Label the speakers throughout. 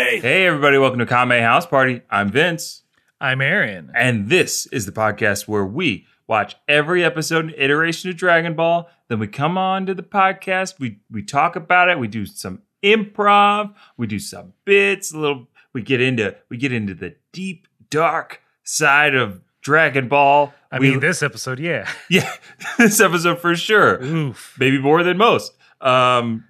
Speaker 1: everybody. Welcome to Kame House Party. I'm Vince,
Speaker 2: I'm Aaron.
Speaker 1: and this is the podcast where we watch every episode and iteration of Dragon Ball. Then we come on to the podcast. We we talk about it. We do some improv. We do some bits. A little. We get into we get into the deep dark side of Dragon Ball.
Speaker 2: I
Speaker 1: We-
Speaker 2: mean, this episode, yeah.
Speaker 1: yeah, this episode for sure.
Speaker 2: Oof.
Speaker 1: maybe more than most. Um,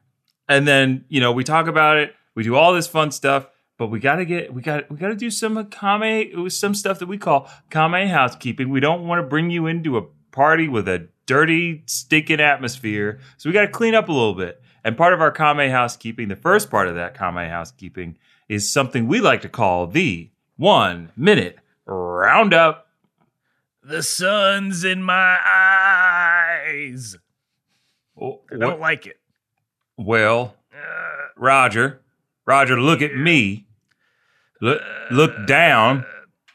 Speaker 1: and then you know we talk about it, we do all this fun stuff, but we gotta get we got we gotta do some kame some stuff that we call kame housekeeping. We don't want to bring you into a party with a dirty, stinking atmosphere, so we gotta clean up a little bit. And part of our kame housekeeping, the first part of that kame housekeeping, is something we like to call the one minute roundup.
Speaker 2: The sun's in my eyes. I don't like it.
Speaker 1: Well,
Speaker 2: Uh,
Speaker 1: Roger, Roger, look at me. Look, look down.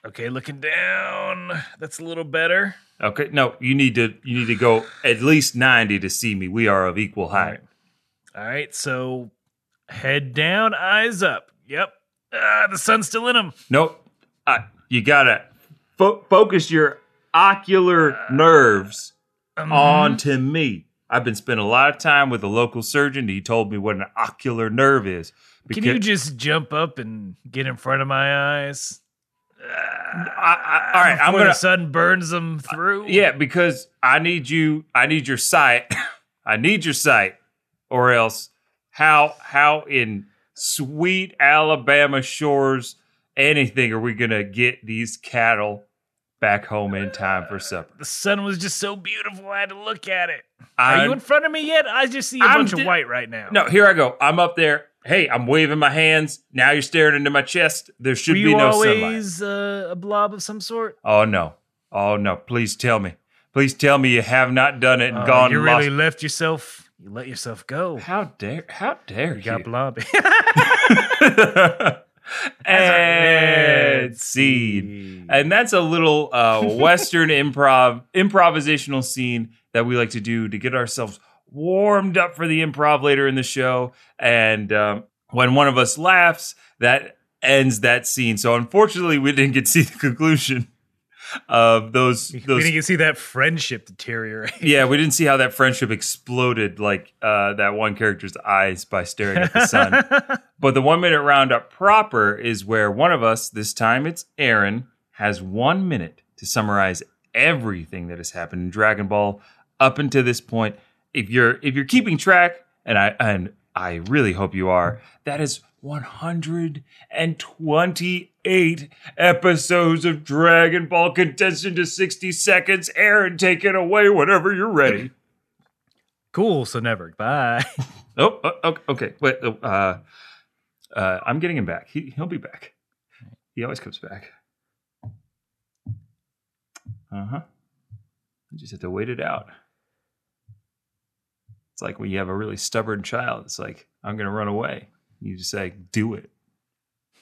Speaker 2: okay, looking down. That's a little better.
Speaker 1: Okay, no, you need to you need to go at least ninety to see me. We are of equal height.
Speaker 2: All right, so head down, eyes up. Yep. Ah, the sun's still in them.
Speaker 1: Nope, I, you gotta fo- focus your ocular nerves
Speaker 2: Uh, mm-hmm.
Speaker 1: onto me. I've been spending a lot of time with a local surgeon. He told me what an ocular nerve is.
Speaker 2: Can you just jump up and get in front of my eyes?
Speaker 1: I, I, all right, I'm
Speaker 2: Before
Speaker 1: gonna
Speaker 2: the sun burns them through.
Speaker 1: Yeah, because I need you. I need your sight. I need your sight, or else how how in sweet Alabama shores anything are we gonna get these cattle back home in time for supper?
Speaker 2: The sun was just so beautiful. I had to look at it. Are
Speaker 1: I'm-
Speaker 2: you in front of me yet? I just see a
Speaker 1: I'm
Speaker 2: bunch
Speaker 1: di-
Speaker 2: of white right now.
Speaker 1: no, here I go. I'm up there. Hey, I'm waving my hands. Now you're staring into my chest. There should
Speaker 2: Were you
Speaker 1: be no sunlight.
Speaker 2: always uh, a blob of some sort?
Speaker 1: Oh no. Oh no. Please tell me. Please tell me you have not done it and
Speaker 2: Uh,
Speaker 1: gone
Speaker 2: you
Speaker 1: and lost.
Speaker 2: really left yourself. You let yourself go.
Speaker 1: how dare how dare
Speaker 2: You got
Speaker 1: you?
Speaker 2: blob.
Speaker 1: and scene. And that's a little uh, Western improv improvisational scene that we like to do to get ourselves warmed up for the improv later in the show. And um, when one of us laughs, that ends that scene. So unfortunately, we didn't get to see the conclusion of those
Speaker 2: We
Speaker 1: those
Speaker 2: didn't see that friendship deteriorate.
Speaker 1: yeah, we didn't see how that friendship exploded like uh, that one character's eyes by staring at the sun. but the one minute roundup proper is where one of us, this time it's Aaron, has one minute to summarize everything that has happened in Dragon Ball up until this point. If you're if you're keeping track, and I and I really hope you are, that is 128 episodes of Dragon Ball condensed into 60 seconds. Aaron, take it away whenever you're ready.
Speaker 2: cool. So never. Bye.
Speaker 1: Oh, o- o- okay. Wait, uh, uh, I'm getting him back. He he'll be back. He always comes back. Uh huh. I just have to wait it out. It's like when you have a really stubborn child. It's like I'm gonna run away. You just say, "Do it."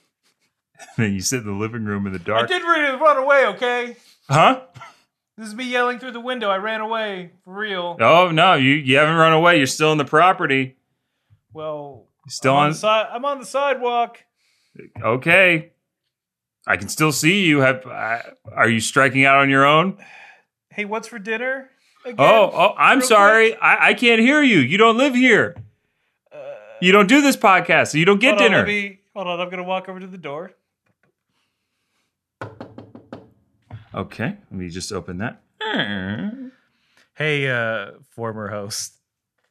Speaker 1: then you sit in the living room in the
Speaker 3: I
Speaker 1: dark.
Speaker 3: did really run away, okay?
Speaker 1: Huh?
Speaker 3: This is me yelling through the window. I ran away, for real.
Speaker 1: Oh no, you you haven't run away. You're still in the property.
Speaker 3: Well,
Speaker 1: You're still
Speaker 3: I'm on,
Speaker 1: on.
Speaker 3: the si- I'm on the sidewalk.
Speaker 1: okay i can still see you have I, are you striking out on your own
Speaker 3: Hey, what's for dinner? Again?
Speaker 1: oh oh i'm
Speaker 3: Real
Speaker 1: sorry I, I can't hear you you don't live here you don't do this podcast so you don't get
Speaker 3: Uh, hold On,
Speaker 1: dinner
Speaker 3: let me- hold on, I'm gonna walk over to the door.
Speaker 1: okay let me just open that
Speaker 2: hey, uh, former host.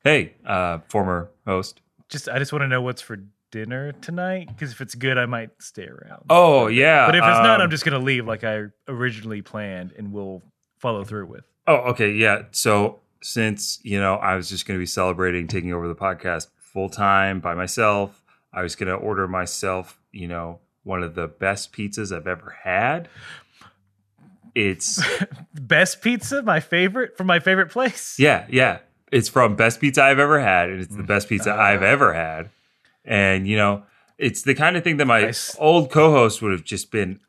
Speaker 1: hey uh former host
Speaker 2: Just I just want to know what's for dinner tonight. Because if it's good, I might stay around.
Speaker 1: oh yeah
Speaker 2: But if it's not,
Speaker 1: um,
Speaker 2: I'm just gonna leave like I originally planned, and we'll follow through with.
Speaker 1: Oh, okay. Yeah. So since, you know, I was just going to be celebrating taking over the podcast full time by myself, I was going to order myself, you know, one of the best pizzas I've ever had. It's,
Speaker 2: Best pizza, my favorite from my favorite place.
Speaker 1: yeah, yeah. It's from Best Pizza I've Ever Had, and it's the best pizza I've ever had. And, you know, it's the kind of thing that my
Speaker 2: Nice.
Speaker 1: old co host would have just been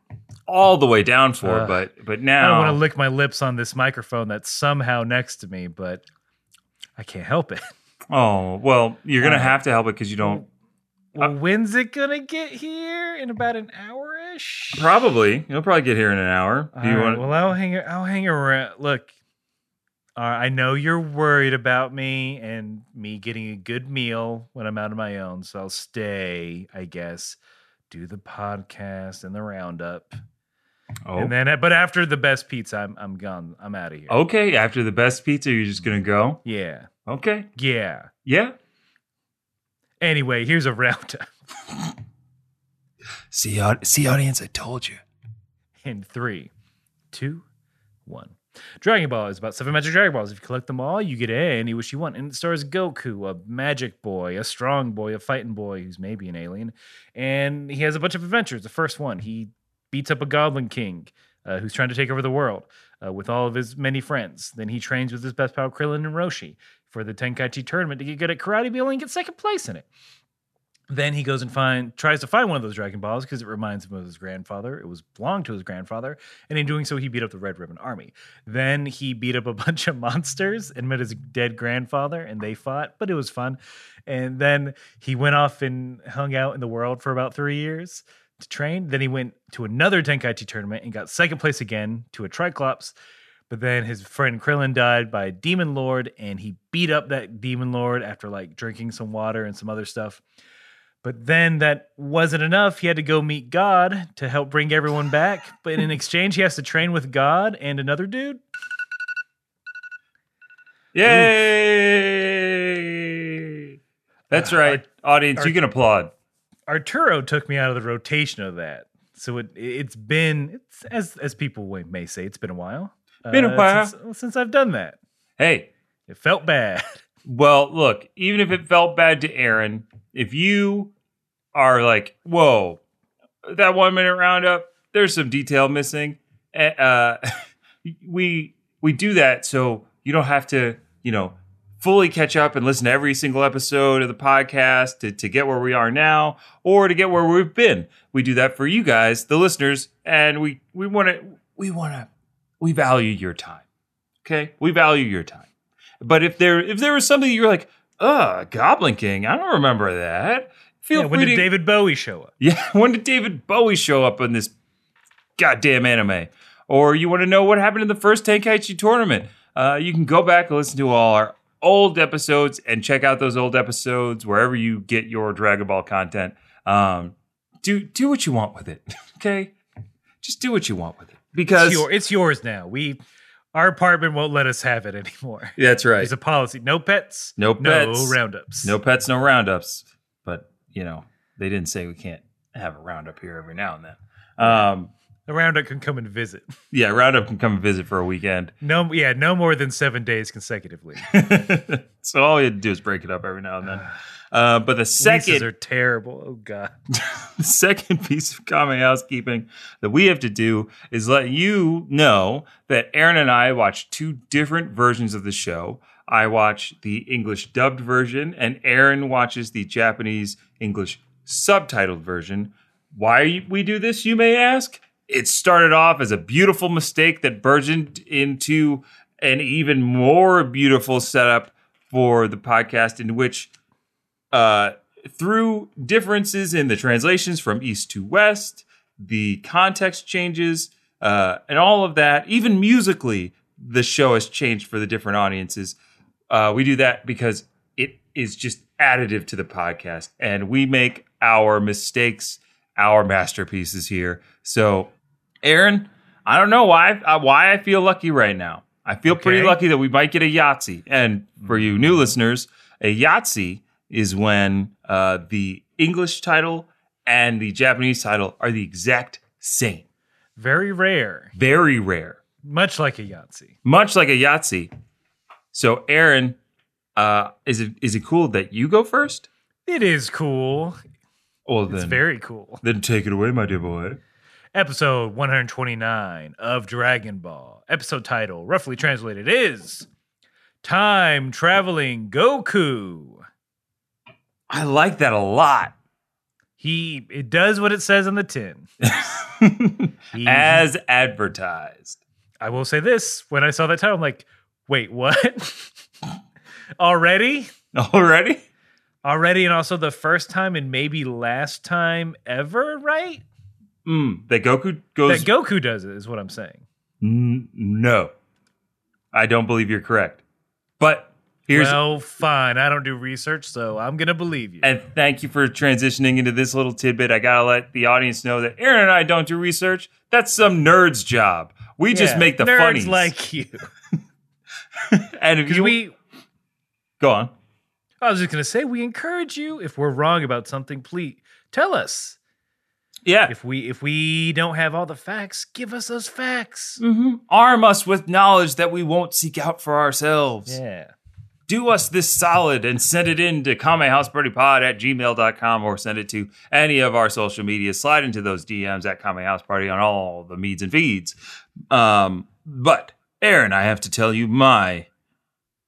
Speaker 1: all the way down for,
Speaker 2: Ugh.
Speaker 1: but but
Speaker 2: I don't
Speaker 1: now
Speaker 2: want to lick my lips on this microphone that's somehow next to me, but I can't help it.
Speaker 1: oh well, you're gonna
Speaker 2: Uh,
Speaker 1: have to help it because you don't
Speaker 2: Well, when's it gonna get here? In about an hour ish.
Speaker 1: Probably. You'll probably get here in an hour. Do you want
Speaker 2: Well, I'll hang. I'll hang around. Look, all right, I know you're worried about me and me getting a good meal when I'm out on my own, so I'll stay. I guess do the podcast and the roundup,
Speaker 1: oh.
Speaker 2: and then but after the best pizza, I'm I'm gone. I'm out of here.
Speaker 1: Okay, after the best pizza, you're just gonna go.
Speaker 2: yeah,
Speaker 1: Okay,
Speaker 2: yeah.
Speaker 1: yeah.
Speaker 2: Anyway, here's a roundup
Speaker 1: See, see, audience, I told you.
Speaker 2: in three, two, one. Dragon Ball is about seven magic Dragon Balls. If you collect them all, you get any wish you want. And it stars Goku, a magic boy, a strong boy, a fighting boy who's maybe an alien. And he has a bunch of adventures. The first one, he beats up a Goblin King uh, who's trying to take over the world uh, with all of his many friends. Then he trains with his best pal, Krillin and Roshi, for the Tenkaichi tournament to get good at karate, be able to get second place in it. Then he goes and find tries to find one of those Dragon Balls because it reminds him of his grandfather. It was belonged to his grandfather, and in doing so, he beat up the Red Ribbon Army. Then he beat up a bunch of monsters and met his dead grandfather, and they fought, but it was fun. And then he went off and hung out in the world for about three years to train. Then he went to another Tenkaichi tournament and got second place again to a Triclops. But then his friend Krillin died by a demon lord, and he beat up that demon lord after like drinking some water and some other stuff. But then that wasn't enough. He had to go meet God to help bring everyone back. But in exchange, he has to train with God and another dude.
Speaker 1: Yay!
Speaker 2: Uh,
Speaker 1: That's right, audience.
Speaker 2: are-
Speaker 1: you can applaud.
Speaker 2: Arturo took me out of the rotation of that. So it it's been it's as as people wa- may say it's been a while. Uh,
Speaker 1: Been a while.
Speaker 2: since, since I've done that.
Speaker 1: Hey,
Speaker 2: It felt bad.
Speaker 1: well, look. Even if it felt bad to Aaron, if you are like, whoa, that one minute roundup, there's some detail missing. eh, Uh, we we do that so you don't have to, you know, fully catch up and listen to every single episode of the podcast to, to get where we are now or to get where we've been. We do that for you guys, the listeners, and we we want to we want to we value your time. Okay? We value your time. But if there if there was something you're like, "Uh, Goblin King, I don't remember that." Feel
Speaker 2: Yeah, when
Speaker 1: free
Speaker 2: did
Speaker 1: to
Speaker 2: David Bowie show up?
Speaker 1: yeah, when did David Bowie show up in this goddamn anime? Or you want to know what happened in the first Tenkaichi tournament? Uh, you can go back and listen to all our old episodes and check out those old episodes wherever you get your Dragon Ball content. Um, do do what you want with it, okay? Just do what you want with it because
Speaker 2: It's, your, it's yours now. We our apartment won't let us have it anymore.
Speaker 1: that's right.
Speaker 2: There's a policy: no pets,
Speaker 1: No pets.
Speaker 2: no roundups,
Speaker 1: No pets, no roundups. But you know they didn't say we can't have a roundup here every now and then. Um,
Speaker 2: The roundup can come and visit.
Speaker 1: yeah, roundup can come and visit for a weekend.
Speaker 2: No, yeah, no more than seven days consecutively.
Speaker 1: so all you had to do is break it up every now and then. Uh, but the
Speaker 2: Leases
Speaker 1: second,
Speaker 2: are terrible. Oh god.
Speaker 1: the second piece of common housekeeping that we have to do is let you know that Aaron and I watch two different versions of the show. I watch the English dubbed version, and Aaron watches the Japanese English subtitled version. Why we do this, you may ask? It started off as a beautiful mistake that burgeoned into an even more beautiful setup for the podcast, in which uh, through differences in the translations from east to west, the context changes, uh, and all of that, even musically, the show has changed for the different audiences. Uh, we do that because it is just additive to the podcast, and we make our mistakes our masterpieces here. So, Aaron, I don't know why I, why I feel lucky right now. I feel pretty
Speaker 2: Okay.
Speaker 1: lucky that we might get a Yahtzee. And for you new listeners, a Yahtzee is when uh, the English title and the Japanese title are the exact same.
Speaker 2: Very rare.
Speaker 1: Very rare,
Speaker 2: Much like a Yahtzee.
Speaker 1: much like a Yahtzee. So, Aaron, uh, is it is it cool that you go first?
Speaker 2: It is cool.
Speaker 1: Well,
Speaker 2: It's
Speaker 1: then,
Speaker 2: very cool.
Speaker 1: then take it away, my dear boy.
Speaker 2: Episode 129 of Dragon Ball. Episode title, roughly translated, is Time Traveling Goku.
Speaker 1: I like that a lot.
Speaker 2: He it does what it says on the tin. He-
Speaker 1: As advertised.
Speaker 2: I will say this, when I saw that title, I'm like, wait, what? Already?
Speaker 1: Already?
Speaker 2: already, and also the first time and maybe last time ever, right?
Speaker 1: Mm, that Goku goes.
Speaker 2: Hmm. that Goku does it is what I'm saying.
Speaker 1: N- no, I don't believe you're correct. But here's
Speaker 2: well, fine. I don't do research, so I'm gonna believe you.
Speaker 1: and thank you for transitioning into this little tidbit. I gotta let the audience know that Aaron and I don't do research. That's some nerd's job. We just
Speaker 2: Yeah,
Speaker 1: make the
Speaker 2: nerds
Speaker 1: funnies.
Speaker 2: like you.
Speaker 1: and if
Speaker 2: Because
Speaker 1: you
Speaker 2: we,
Speaker 1: go on.
Speaker 2: I was just gonna say, we encourage you if we're wrong about something, please tell us.
Speaker 1: Yeah,
Speaker 2: If we if we don't have all the facts, give us those facts.
Speaker 1: arm us with knowledge that we won't seek out for ourselves.
Speaker 2: Yeah.
Speaker 1: do us this solid and send it in to kamehousepartypod at gmail.com or send it to any of our social media. Slide into those DMs at Kame House Party on all the meads and feeds. Um, but, Aaron, I have to tell you my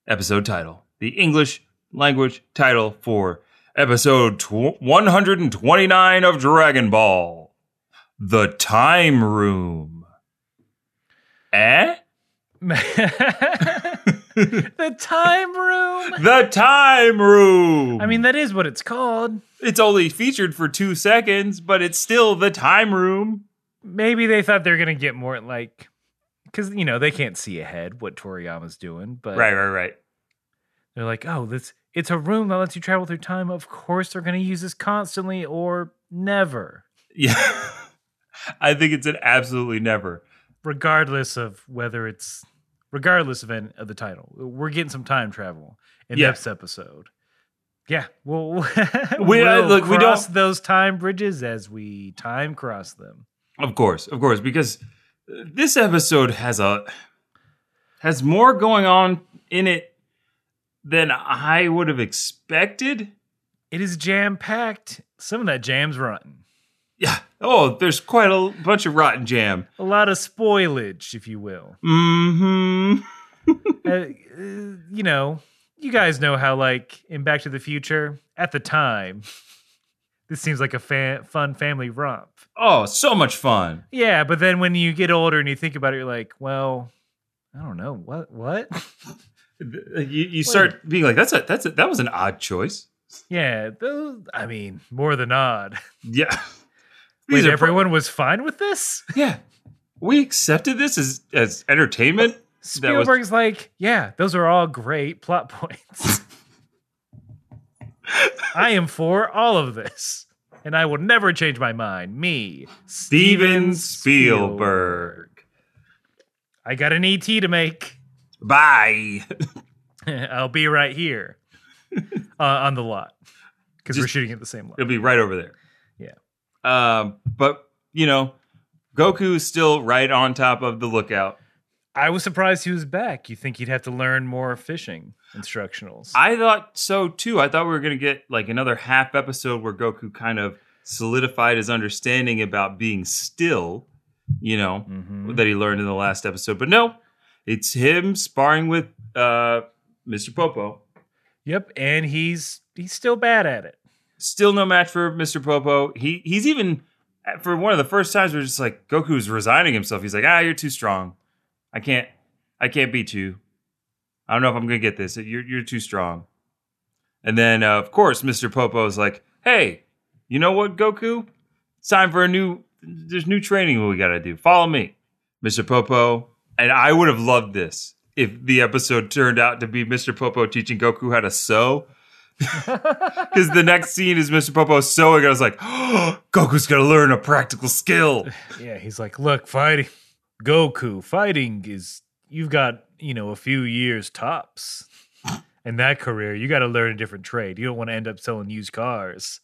Speaker 1: episode title, the English language title for episode tw- 129 of Dragon Ball The Time Room. Eh?
Speaker 2: the time room.
Speaker 1: The Time Room.
Speaker 2: I mean, that is what it's called.
Speaker 1: it's only featured for two seconds, but it's still the time room.
Speaker 2: Maybe they thought they're gonna get more like, because you know they can't see ahead what Toriyama's doing, but
Speaker 1: Right, right, right.
Speaker 2: They're like, oh, this it's a room that lets you travel through time. Of course, they're going to use this constantly or never,
Speaker 1: Yeah. I think it's an absolutely never.
Speaker 2: regardless of whether it's regardless of, any, of the title. We're getting some time travel in
Speaker 1: Yeah.
Speaker 2: this episode. Yeah, well,
Speaker 1: We- uh,
Speaker 2: we'll
Speaker 1: look, we
Speaker 2: cross
Speaker 1: don't-
Speaker 2: those time bridges as we time cross them.
Speaker 1: Of course, of course, because uh, this episode has a has more going on in it than I would have expected.
Speaker 2: It is jam packed. Some of that jam's rotten.
Speaker 1: Yeah. Oh, there's quite a l- bunch of rotten jam.
Speaker 2: A lot of spoilage, if you will.
Speaker 1: hmm
Speaker 2: uh, uh, you know, you guys know how like in Back to the Future at the time, this seems like a fa- fun family romp.
Speaker 1: Oh, so much fun.
Speaker 2: Yeah, but then when you get older and you think about it, you're like, well, I don't know what what.
Speaker 1: You, you start being like, that's a that's a, that was an odd choice.
Speaker 2: yeah, those, I mean, more than odd.
Speaker 1: Yeah.
Speaker 2: Wait,
Speaker 1: pro-
Speaker 2: everyone was fine with this.
Speaker 1: Yeah. We accepted this as as entertainment. That was-
Speaker 2: Spielberg's like, yeah, those are all great plot points. I am for all of this, and I will never change my mind. Me,
Speaker 1: Steven Spielberg.
Speaker 2: I got an ET to make.
Speaker 1: Bye.
Speaker 2: I'll be right here uh, on the lot because we're
Speaker 1: Just-
Speaker 2: shooting at the same lot.
Speaker 1: It'll be right over there.
Speaker 2: Yeah.
Speaker 1: Um, but you know, Goku is still right on top of the lookout.
Speaker 2: I was surprised he was back. You think he'd have to learn more fishing instructionals?
Speaker 1: I thought so too. I thought we were gonna get like another half episode where Goku kind of solidified his understanding about being still, you know,
Speaker 2: Mhm.
Speaker 1: that he learned in the last episode. But no, it's him sparring with uh Mr. Popo.
Speaker 2: Yep, and he's he's still bad at it.
Speaker 1: still no match for Mr. Popo. He he's even for one of the first times we're just like Goku's resigning himself. He's like, ah, you're too strong. I can't I can't beat you. I don't know if I'm gonna get this. You're you're too strong. And then uh, of course Mr. Popo is like, hey, you know what, Goku? It's time for a new there's new training we gotta do. Follow me. Mr. Popo. And I would have loved this if the episode turned out to be Mr. Popo teaching Goku how to sew. Because the next scene is Mr. Popo sewing. I was like, oh, Goku's going to learn a practical skill.
Speaker 2: Yeah, he's like, look, fighting Goku, fighting is you've got, you know, a few years tops. In that career, you got to learn a different trade. You don't want to end up selling used cars.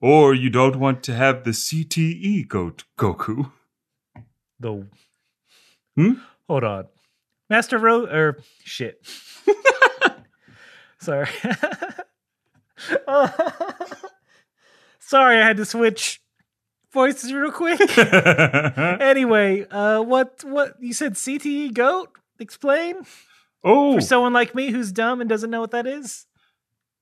Speaker 1: Or you don't want to have the CTE go Goku.
Speaker 2: The
Speaker 1: Hmm?
Speaker 2: hold on, Master Ro or shit. Sorry. Sorry, I had to switch voices real quick. anyway, uh, what what you said? CTE goat? Explain.
Speaker 1: oh,
Speaker 2: for someone like me who's dumb and doesn't know what that is?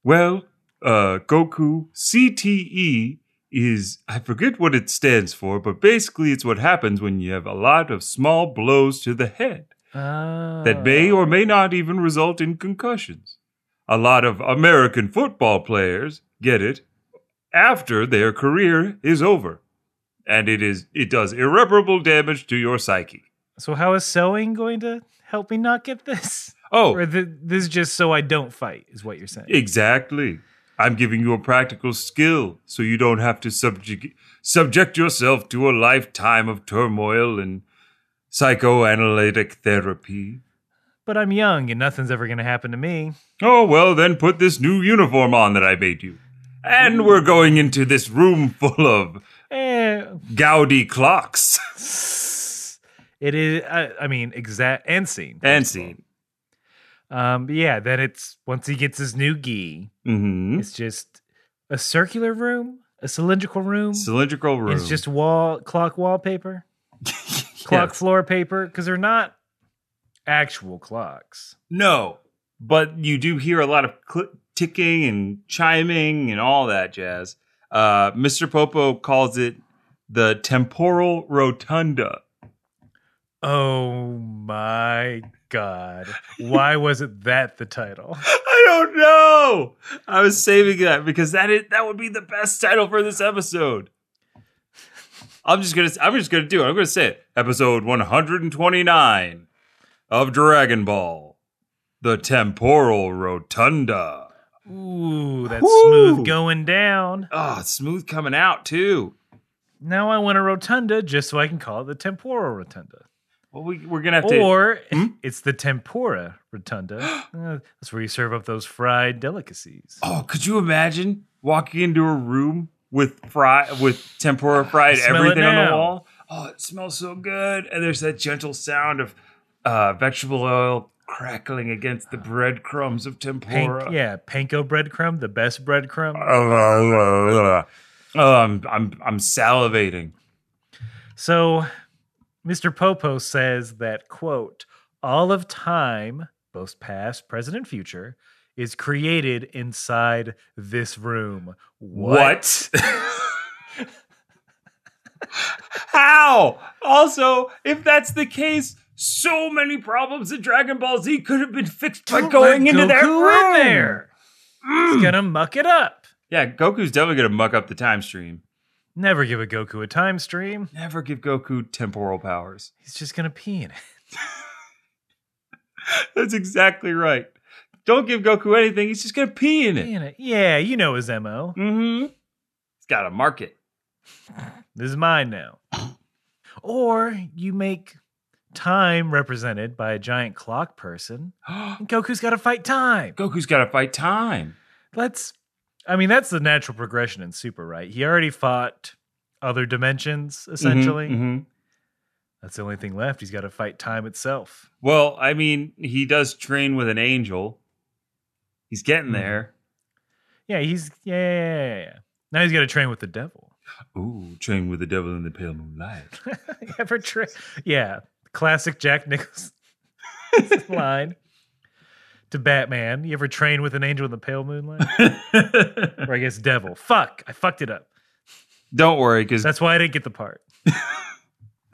Speaker 1: well, uh, Goku, CTE is, I forget what it stands for, but basically it's what happens when you have a lot of small Oh. blows to the head. that may or may not even result in concussions. a lot of American football players get it after their career is over. And it is it does irreparable damage to your psyche.
Speaker 2: So how is sewing going to help me not get this?
Speaker 1: Oh,
Speaker 2: Or th- this is just so I don't fight, is what you're saying.
Speaker 1: exactly. I'm giving you a practical skill so you don't have to subject subject yourself to a lifetime of turmoil and psychoanalytic therapy.
Speaker 2: but I'm young and nothing's ever going to happen to me.
Speaker 1: Oh, well, then put this new uniform on that I made you. And we're going into this room full of
Speaker 2: Eh,
Speaker 1: gaudy clocks.
Speaker 2: it is, I, I mean, exact and scene.
Speaker 1: and scene.
Speaker 2: Um, but yeah, then it's once he gets his new gi,
Speaker 1: Mm-hmm.
Speaker 2: it's just a circular room, a cylindrical room.
Speaker 1: Cylindrical room.
Speaker 2: It's just wall clock wallpaper, clock
Speaker 1: Yes.
Speaker 2: floor paper, because they're not actual clocks.
Speaker 1: No, but you do hear a lot of cl- ticking and chiming and all that jazz. Uh, Mr. Popo calls it the temporal rotunda.
Speaker 2: Oh my god! Why wasn't that the title?
Speaker 1: I don't know. I was saving that because that is that would be the best title for this episode. I'm just gonna I'm just gonna do it. I'm gonna say it. Episode 129 of Dragon Ball, the temporal rotunda.
Speaker 2: Ooh, that's
Speaker 1: Whoo!
Speaker 2: smooth going down.
Speaker 1: Oh, it's smooth coming out too.
Speaker 2: Now I want a rotunda just so I can call it the temporal rotunda.
Speaker 1: Well, we, we're gonna have to.
Speaker 2: Or
Speaker 1: Hmm?
Speaker 2: it's the tempura rotunda. Uh, that's where you serve up those fried delicacies.
Speaker 1: oh, could you imagine walking into a room with fry with tempura fried
Speaker 2: Smell it
Speaker 1: everything on the
Speaker 2: now.
Speaker 1: wall? Oh, it smells so good, and there's that gentle sound of uh, vegetable oil crackling against the breadcrumbs of tempura.
Speaker 2: Pank, yeah, panko breadcrumb, the best breadcrumb.
Speaker 1: Oh, I'm I'm I'm salivating.
Speaker 2: So, Mr. Popo says that, quote, all of time, both past, present, and future, is created inside this room.
Speaker 1: What? How? Also, if that's the case, so many problems in Dragon Ball Z could have been fixed by
Speaker 2: Don't
Speaker 1: going
Speaker 2: let
Speaker 1: into that
Speaker 2: Goku
Speaker 1: room.
Speaker 2: in there. He's gonna muck it up.
Speaker 1: Yeah, Goku's definitely gonna muck up the time stream.
Speaker 2: Never give a Goku a time stream.
Speaker 1: Never give Goku temporal powers.
Speaker 2: He's just gonna pee in it.
Speaker 1: That's exactly right. Don't give Goku anything. He's just gonna pee in
Speaker 2: Pee
Speaker 1: it.
Speaker 2: in it. Yeah, you know his MO.
Speaker 1: Mm-hmm. He's got to mark it.
Speaker 2: This is mine now. Or you make time represented by a giant clock person. And Goku's gotta fight time.
Speaker 1: Goku's got to fight time.
Speaker 2: Let's. I mean, that's the natural progression in Super, right? He already fought other dimensions, essentially.
Speaker 1: Mhm, mhm.
Speaker 2: That's the only thing left. He's got to fight time itself.
Speaker 1: Well, I mean, he does train with an angel. He's getting
Speaker 2: Mhm.
Speaker 1: there.
Speaker 2: Yeah, he's yeah. yeah, yeah, yeah. Now he's got to train with the devil.
Speaker 1: Ooh, train with the devil in the pale moonlight.
Speaker 2: Ever tra- Yeah, classic Jack Nicholson line to Batman. You ever train with an angel in the pale moonlight? or I guess devil. Fuck, I fucked it up.
Speaker 1: Don't worry, because
Speaker 2: That's why I didn't get the part.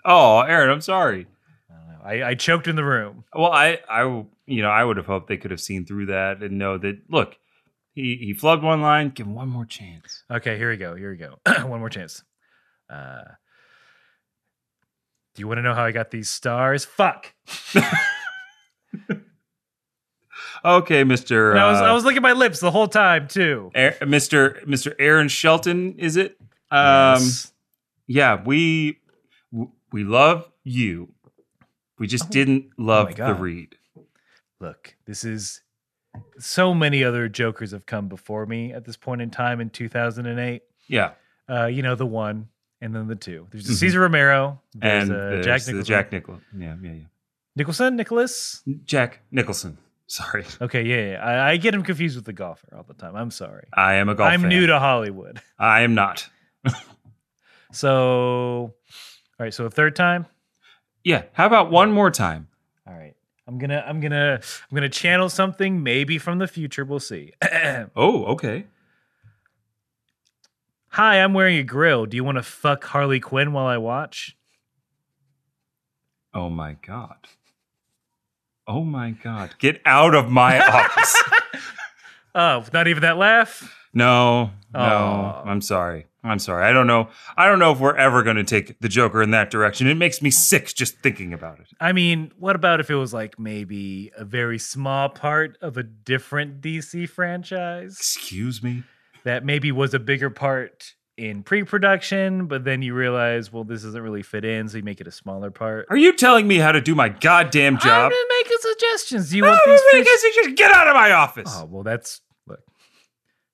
Speaker 1: oh, Aaron, I'm sorry.
Speaker 2: I don't know. I, I choked in the room.
Speaker 1: Well, I, I, you know, I would have hoped they could have seen through that and know that. Look, he he flubbed one line. Give him one more chance.
Speaker 2: Okay, here we go. Here we go. One more chance. Uh, do you want to know how I got these stars? Fuck.
Speaker 1: Okay, Mister.
Speaker 2: And I was I
Speaker 1: uh,
Speaker 2: was looking at my lips the whole time too.
Speaker 1: Aar- Mr. Mr. Aaron Shelton, is it? Um,
Speaker 2: Yes.
Speaker 1: yeah, we w- we love you. We just didn't love the
Speaker 2: God.
Speaker 1: read.
Speaker 2: Look, this is so many other jokers have come before me at this point in time in 2008.
Speaker 1: Yeah,
Speaker 2: Uh, you know the one and then the two. There's a
Speaker 1: Mhm.
Speaker 2: Caesar Romero. There's
Speaker 1: and
Speaker 2: a
Speaker 1: there's
Speaker 2: Jack
Speaker 1: the
Speaker 2: Nicholson.
Speaker 1: Jack Mm-hmm. Nicholson. Yeah, yeah, yeah.
Speaker 2: Nicholson. Nicholas.
Speaker 1: Jack Nicholson. Sorry,
Speaker 2: Okay, yeah, yeah. I, I get him confused with the golfer all the time. I'm sorry.
Speaker 1: I am a golf.
Speaker 2: I'm
Speaker 1: fan.
Speaker 2: new to Hollywood.
Speaker 1: I am not.
Speaker 2: So, all right. So a third time.
Speaker 1: Yeah. How about one more time?
Speaker 2: All right. I'm gonna, I'm gonna, I'm gonna channel something maybe from the future. We'll see.
Speaker 1: Oh, okay.
Speaker 2: Hi, I'm wearing a grill. Do you want to fuck Harley Quinn while I watch?
Speaker 1: Oh my god. Oh my god. Get out of my office.
Speaker 2: Oh, not even that laugh.
Speaker 1: No, no.
Speaker 2: Aw.
Speaker 1: I'm sorry. I'm sorry. I don't know. I don't know if we're ever going to take the Joker in that direction. It makes me sick just thinking about it.
Speaker 2: I mean, what about if it was like maybe a very small part of a different DC franchise
Speaker 1: Excuse me.
Speaker 2: that maybe was a bigger part in pre-production, but then you realize, well, this doesn't really fit in, so you make it a smaller part.
Speaker 1: Are you telling me how to do my goddamn
Speaker 2: I'm
Speaker 1: job?
Speaker 2: just making suggestions. Do you
Speaker 1: No,
Speaker 2: want these?
Speaker 1: I
Speaker 2: fish-
Speaker 1: guess you just get out of my office.
Speaker 2: Oh well, that's look.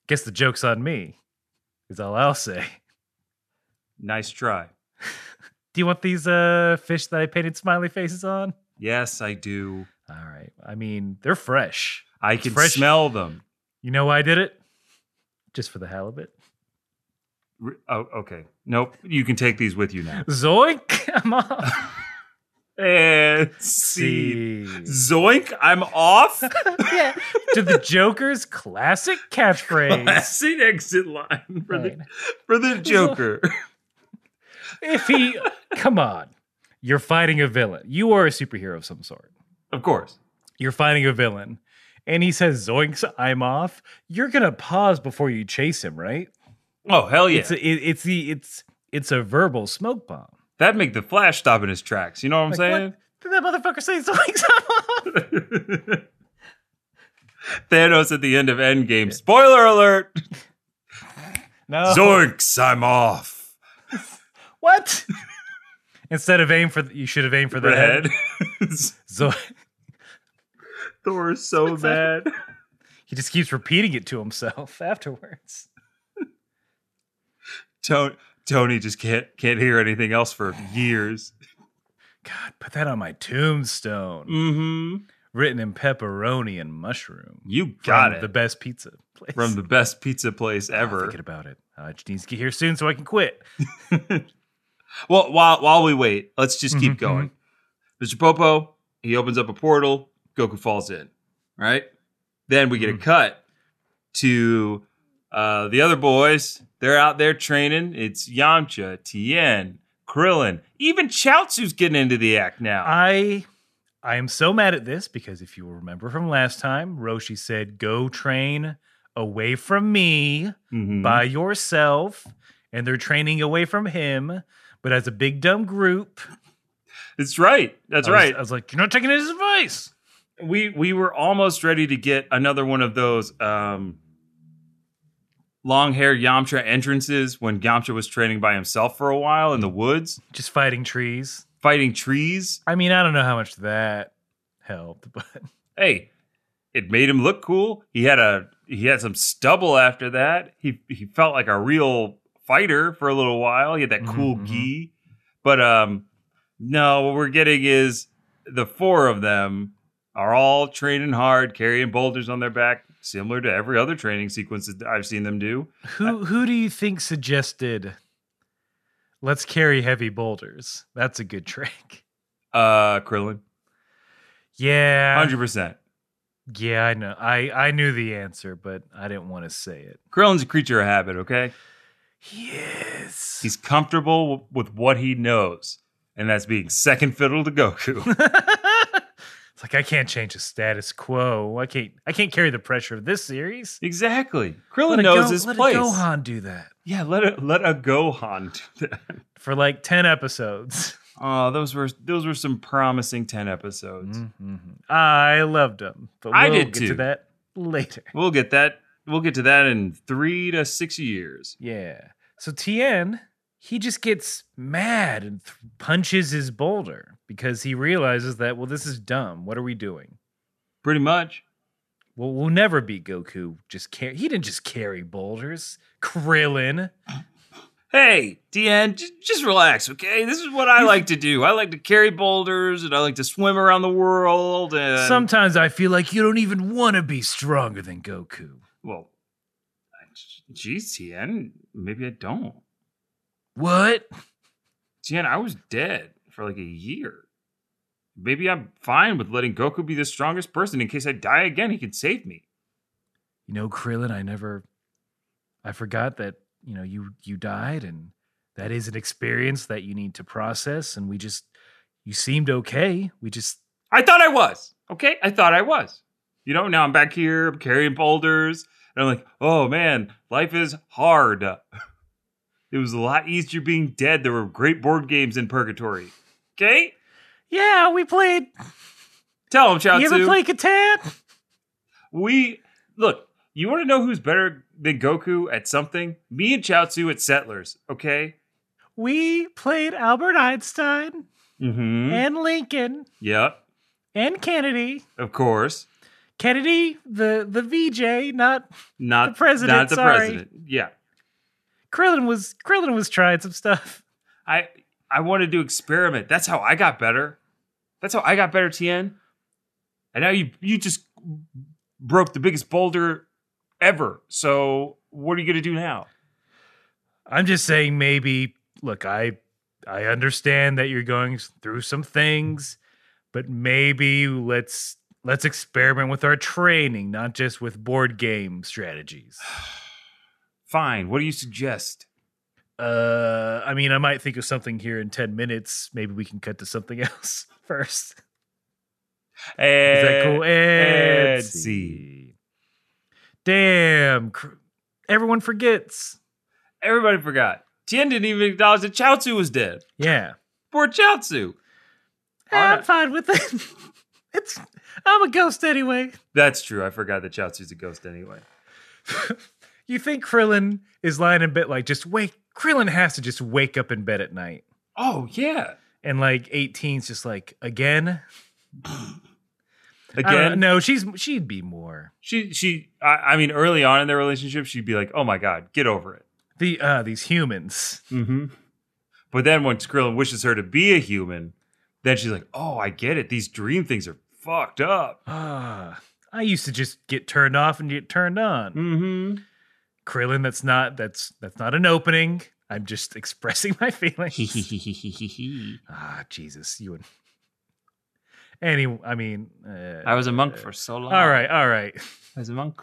Speaker 2: Guess the joke's on me. Is all I'll say.
Speaker 1: Nice try.
Speaker 2: Do you want these uh fish that I painted smiley faces on?
Speaker 1: Yes, I do.
Speaker 2: All right. I mean, they're fresh.
Speaker 1: I can
Speaker 2: Fresh-
Speaker 1: smell them.
Speaker 2: You know why I did it? Just for the halibut.
Speaker 1: Re- Oh, okay. Nope. You can take these with you now.
Speaker 2: Zoink! I'm off.
Speaker 1: And see. Zoink, I'm off.
Speaker 2: yeah. To the Joker's classic catchphrase.
Speaker 1: Classic exit line for the,
Speaker 2: Right.
Speaker 1: for the Joker.
Speaker 2: If he, come on, you're fighting a villain. You are a superhero of some sort.
Speaker 1: of course.
Speaker 2: You're fighting a villain, and he says, "Zoinks, I'm off." You're gonna pause before you chase him, right?
Speaker 1: Oh, hell yeah.
Speaker 2: It's a, it, it's the it's it's a verbal smoke bomb.
Speaker 1: That'd make the Flash stop in his tracks. You know what I'm
Speaker 2: Like,
Speaker 1: saying?
Speaker 2: what? Did that motherfucker say Zoinks? I'm off.
Speaker 1: Thanos at the end of Endgame. Spoiler alert.
Speaker 2: No.
Speaker 1: Zoinks, I'm off.
Speaker 2: What? Instead of aim for the, you should have aimed for the head.
Speaker 1: Red.
Speaker 2: So
Speaker 1: Thor is so bad.
Speaker 2: he just keeps repeating it to himself afterwards.
Speaker 1: Tony, Tony just can't can't hear anything else for years.
Speaker 2: God, put that on my tombstone.
Speaker 1: Mm-hmm.
Speaker 2: Written in pepperoni and mushroom.
Speaker 1: You got
Speaker 2: From
Speaker 1: it
Speaker 2: The best pizza place
Speaker 1: from the best pizza place
Speaker 2: I'm
Speaker 1: ever.
Speaker 2: Thinking about it, I just need to get here soon so I can quit.
Speaker 1: Well, while while we wait, let's just keep
Speaker 2: Mhm,
Speaker 1: going. Mr. Popo, he opens up a portal. Goku falls in. Right. Then we get a
Speaker 2: Mhm.
Speaker 1: cut to uh, the other boys. They're out there training. It's Yamcha, Tien, Krillin, even Chaozu's getting into the act now.
Speaker 2: I I am so mad at this because if you will remember from last time, Roshi said, "Go train away from me."
Speaker 1: Mhm.
Speaker 2: by yourself and they're training away from him, but as a big dumb group.
Speaker 1: It's right. That's
Speaker 2: I was-
Speaker 1: right.
Speaker 2: I was like, you're not taking his advice.
Speaker 1: we we were almost ready to get another one of those um long hair Yamcha entrances when Yamcha was training by himself for a while in the woods
Speaker 2: Just fighting trees.
Speaker 1: fighting trees.
Speaker 2: I mean, I don't know how much that helped, but
Speaker 1: Hey, it made him look cool. He had a he had some stubble after that. He he felt like a real fighter for a little while. He had that
Speaker 2: Mhm,
Speaker 1: cool
Speaker 2: mhm.
Speaker 1: gi. But um no, what we're getting is the four of them are all training hard, carrying boulders on their back, similar to every other training sequence that I've seen them do.
Speaker 2: who who do you think suggested let's carry heavy boulders? That's a good trick.
Speaker 1: Uh Krillin.
Speaker 2: Yeah.
Speaker 1: Hundred percent.
Speaker 2: Yeah, I know. I, I knew the answer, but I didn't want to say it.
Speaker 1: Krillin's a creature of habit, okay?
Speaker 2: Yes.
Speaker 1: He's comfortable w- with what he knows, and that's being second fiddle to Goku.
Speaker 2: it's like I can't change the status quo. I can't. I can't carry the pressure of this series.
Speaker 1: Exactly. Krillin
Speaker 2: Let a
Speaker 1: knows
Speaker 2: Go-
Speaker 1: his
Speaker 2: let a
Speaker 1: place.
Speaker 2: Gohan do that
Speaker 1: Yeah, let a let a Gohan do that.
Speaker 2: for like ten episodes.
Speaker 1: Oh, those were those were some promising ten episodes.
Speaker 2: Mm-hmm. I loved them, but we'll
Speaker 1: I did
Speaker 2: get
Speaker 1: too.
Speaker 2: to that later.
Speaker 1: We'll get that. We'll get to that in three to six years.
Speaker 2: Yeah. So Tien, he just gets mad and th- punches his boulder because he realizes that well, this is dumb. What are we doing?
Speaker 1: Pretty much.
Speaker 2: Well, we'll never beat Goku. Just carry. He didn't just carry boulders. Krillin.
Speaker 1: Hey, Deanne, j- just relax, okay? This is what I like to do. I like to carry boulders and I like to swim around the world and
Speaker 2: Sometimes I feel like you don't even want to be stronger than Goku.
Speaker 1: well geez, Tien, maybe I don't.
Speaker 2: What?
Speaker 1: Tien, I was dead for like a year. Maybe I'm fine with letting Goku be the strongest person in case I die again. He can save me.
Speaker 2: You know, Krillin, I never I forgot that, you know, you you died and that is an experience that you need to process and we just you seemed okay. We just
Speaker 1: I thought I was. Okay. I thought I was. You know, now I'm back here, I'm carrying boulders, and I'm like, oh man, life is hard. It was a lot easier being dead. There were great board games in Purgatory. Okay,
Speaker 2: Yeah, we played.
Speaker 1: tell him, Shoutsu.
Speaker 2: you ever play Catan?
Speaker 1: We look. You want to know who's better than Goku at something? Me and Chaozu at Settlers. Okay.
Speaker 2: We played Albert Einstein
Speaker 1: Mm-hmm.
Speaker 2: and Lincoln
Speaker 1: Yep.
Speaker 2: and Kennedy.
Speaker 1: Of course.
Speaker 2: Kennedy, the the VJ, not
Speaker 1: Not
Speaker 2: The president,
Speaker 1: Not the
Speaker 2: sorry.
Speaker 1: president. Yeah.
Speaker 2: Krillin was Krillin was trying some stuff.
Speaker 1: I I wanted to experiment. That's how I got better. That's how I got better, Tien. And now you you just broke the biggest boulder ever. So what are you gonna do now?
Speaker 2: I'm just saying maybe look, I I understand that you're going through some things, but maybe let's let's experiment with our training, not just with board game strategies.
Speaker 1: Fine. What do you suggest?
Speaker 2: Uh I mean, I might think of something here in 10 minutes. Maybe we can cut to something else first. Is
Speaker 1: Eh,
Speaker 2: that cool? Eh.
Speaker 1: Ed-
Speaker 2: Etsy. Damn. cr- Everyone forgets.
Speaker 1: Everybody forgot. Tien didn't even acknowledge that Chaozu was dead.
Speaker 2: Yeah.
Speaker 1: Poor Chaozu.
Speaker 2: I'm
Speaker 1: Alright.
Speaker 2: fine with it. it's I'm a ghost anyway.
Speaker 1: That's true. I forgot that Chaozu's a ghost anyway.
Speaker 2: You think Krillin is lying in bed like just wake Krillin has to just wake up in bed at night.
Speaker 1: Oh yeah.
Speaker 2: And like 18's just like again. I don't
Speaker 1: Again,
Speaker 2: know. no, she's she'd be more.
Speaker 1: she she. I, I mean, early on in their relationship, she'd be like, "Oh my god, get over it."
Speaker 2: The uh these humans.
Speaker 1: Mm-hmm. But then when Skrillin wishes her to be a human, then she's like, "Oh, I get it. These dream things are fucked up."
Speaker 2: Ah. I used to just get turned off and get turned on.
Speaker 1: Mm-hmm.
Speaker 2: Krillin, that's not that's that's not an opening. I'm just expressing my feelings. ah, Jesus, you and anyway. I mean, uh,
Speaker 1: I was a monk for so long.
Speaker 2: all right, all right.
Speaker 1: I was a monk.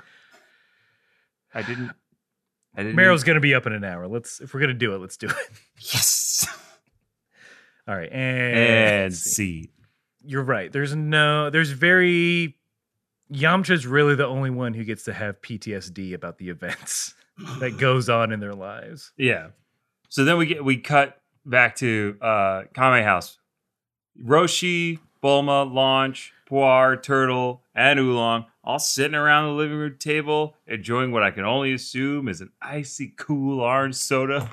Speaker 1: I didn't. I didn't.
Speaker 2: Meryl's gonna be up in an hour. Let's if we're gonna do it, let's do it.
Speaker 1: yes.
Speaker 2: All right, and,
Speaker 1: And
Speaker 2: let's see.
Speaker 1: see.
Speaker 2: you're right. There's no. There's very. Yamcha's really the only one who gets to have PTSD about the events that goes on in their lives.
Speaker 1: Yeah. So then we get we cut back to uh Kame House. Roshi, Bulma, Launch, Puar, Turtle, and Oolong all sitting around the living room table, enjoying what I can only assume is an icy cool orange soda.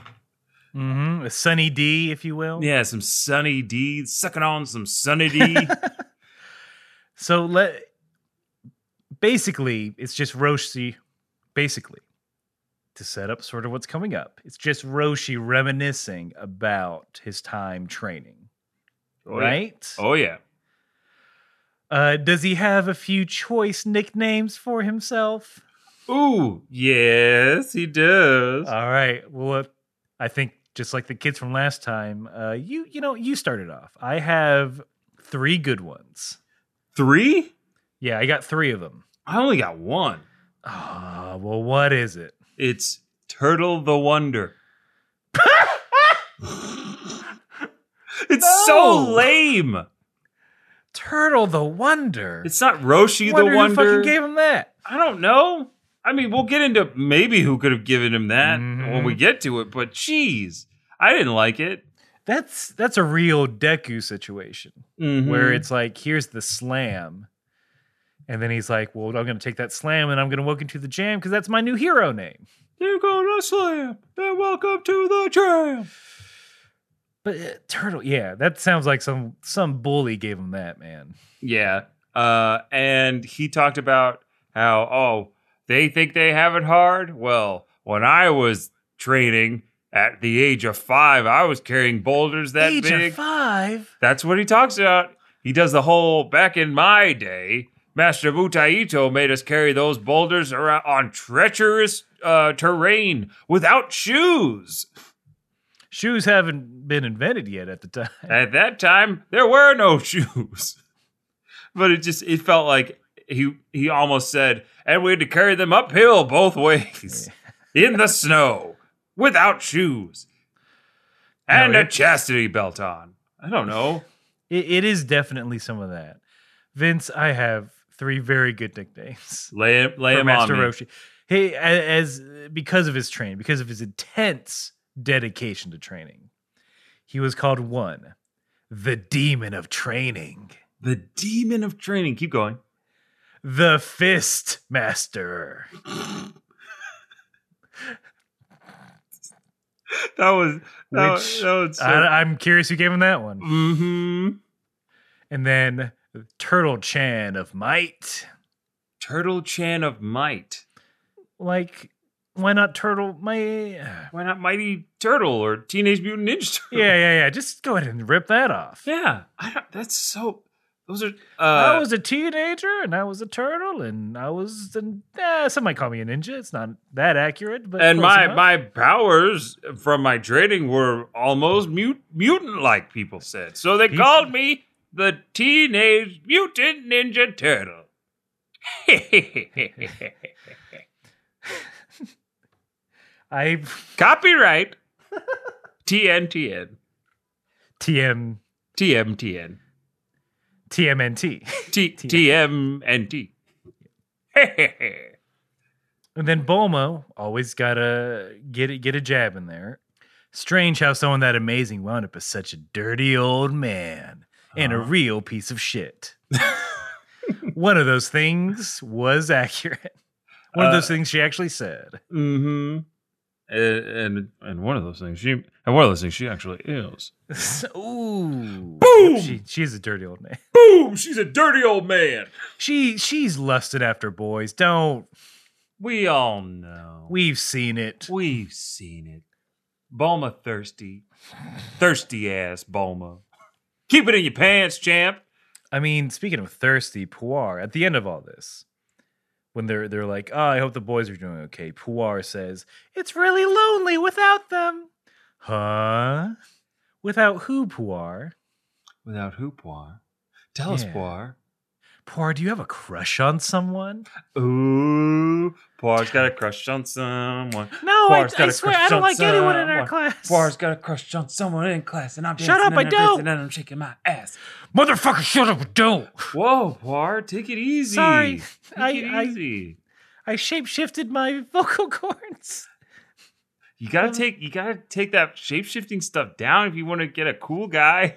Speaker 2: Mm-hmm. A sunny D, if you will.
Speaker 1: Yeah, some Sunny D, sucking on some Sunny D.
Speaker 2: So let basically it's just Roshi basically to set up sort of what's coming up. It's just Roshi reminiscing about his time training,
Speaker 1: Oh, yeah.
Speaker 2: right?
Speaker 1: Oh yeah.
Speaker 2: Uh, does he have a few choice nicknames for himself?
Speaker 1: Oh, Ooh, yes, he does.
Speaker 2: All right. Well, uh, I think just like the kids from last time, uh, you you know you started off. I have three good ones.
Speaker 1: Three?
Speaker 2: Yeah, I got three of them.
Speaker 1: I only got one.
Speaker 2: Ah, well, what is it?
Speaker 1: It's Turtle the Wonder. it's so
Speaker 2: No.
Speaker 1: lame.
Speaker 2: Turtle the Wonder.
Speaker 1: It's not Roshi
Speaker 2: Wonder
Speaker 1: the
Speaker 2: who
Speaker 1: Wonder.
Speaker 2: fucking gave him that.
Speaker 1: I don't know. I mean, we'll get into maybe who could have given him that when
Speaker 2: Mhm.
Speaker 1: we get to it, but geez, I didn't like it.
Speaker 2: That's that's a real Deku situation
Speaker 1: Mhm.
Speaker 2: where it's like, here's the slam, and then he's like, well, I'm gonna take that slam and I'm gonna welcome to the jam because that's my new hero name.
Speaker 1: You're gonna slam, and welcome to the jam.
Speaker 2: But uh, Turtle, yeah, that sounds like some some bully gave him that man.
Speaker 1: Yeah. Uh, and he talked about how, oh, they think they have it hard. Well, when I was training at the age of five, I was carrying boulders that
Speaker 2: Age
Speaker 1: big.
Speaker 2: of five.
Speaker 1: That's what he talks about. He does the whole back in my day, Master Butaito made us carry those boulders around on treacherous uh, terrain without shoes.
Speaker 2: Shoes haven't been invented yet at the time.
Speaker 1: At that time, there were no shoes. But it just it felt like he he almost said, and we had to carry them uphill both ways in the snow without shoes and
Speaker 2: No,
Speaker 1: a
Speaker 2: it-
Speaker 1: chastity belt on. I don't know.
Speaker 2: It, it is definitely some of that. Vince, I have three very good nicknames
Speaker 1: Lay it, lay
Speaker 2: for
Speaker 1: him
Speaker 2: Master
Speaker 1: on me.
Speaker 2: Roshi. He a- as because of his training, because of his intense dedication to training, he was called one, the demon of training,
Speaker 1: The demon of training. Keep going.
Speaker 2: the fist master.
Speaker 1: That was that,
Speaker 2: Which-
Speaker 1: was, that was so,
Speaker 2: I, I'm curious who gave him that one.
Speaker 1: hmm
Speaker 2: And then Turtle Chan of Might.
Speaker 1: Turtle Chan of Might.
Speaker 2: Like, why not Turtle Might?
Speaker 1: Why not Mighty Turtle or Teenage Mutant Ninja Turtle?
Speaker 2: Yeah, yeah, yeah. Just go ahead and rip that off.
Speaker 1: Yeah. I don't, that's so. Those are. Uh,
Speaker 2: I was a teenager and I was a turtle and I was an, eh, some might call me a ninja. It's not that accurate, but
Speaker 1: and
Speaker 2: close
Speaker 1: my
Speaker 2: enough.
Speaker 1: my powers from my training were almost mute, mutant like people said. So they
Speaker 2: People-
Speaker 1: called me the Teenage Mutant Ninja Turtle.
Speaker 2: I
Speaker 1: Copyright TNTN
Speaker 2: TM
Speaker 1: TMTN
Speaker 2: TMNT.
Speaker 1: T- TMNT.
Speaker 2: And then Bulma always gotta get it, get a jab in there. Strange how someone that amazing wound up as such a dirty old man and a
Speaker 1: Uh-huh.
Speaker 2: real piece of shit. One of those things was accurate. One
Speaker 1: Uh,
Speaker 2: of those things she actually said.
Speaker 1: mm-hmm. And, and and one of those things she and one of those things she actually is.
Speaker 2: Ooh,
Speaker 1: Boom!
Speaker 2: She, she's a dirty old man.
Speaker 1: Boom! She's a dirty old man.
Speaker 2: She she's lusted after boys. Don't
Speaker 1: We all know.
Speaker 2: we've seen it.
Speaker 1: We've seen it. Bulma thirsty. Thirsty ass Bulma. Keep it in your pants, champ.
Speaker 2: I mean, speaking of thirsty, Puar, at the end of all this, when they're they're like, oh, I hope the boys are doing okay, Puar says, It's really lonely without them. Huh? Without who, Puar?
Speaker 1: Without who, Poir? Tell us,
Speaker 2: Yeah.
Speaker 1: Poir.
Speaker 2: Puar, do you have a crush on someone?
Speaker 1: Ooh, Poir's got a crush on someone.
Speaker 2: No, I,
Speaker 1: Puar's got
Speaker 2: I
Speaker 1: a
Speaker 2: swear
Speaker 1: crush
Speaker 2: I don't
Speaker 1: on
Speaker 2: like anyone in our
Speaker 1: someone.
Speaker 2: class.
Speaker 1: Poir's got a crush on someone in class, and I'm
Speaker 2: Shut
Speaker 1: dancing
Speaker 2: up, I
Speaker 1: and I'm dancing
Speaker 2: don't.
Speaker 1: and I'm shaking my ass.
Speaker 2: Motherfucker, shut up, don't.
Speaker 1: Whoa, Poir, take it easy.
Speaker 2: Sorry,
Speaker 1: take
Speaker 2: I-
Speaker 1: it
Speaker 2: I-
Speaker 1: easy.
Speaker 2: I shapeshifted my vocal cords.
Speaker 1: you gotta take you gotta take that shape shifting stuff down if you want to get a cool guy.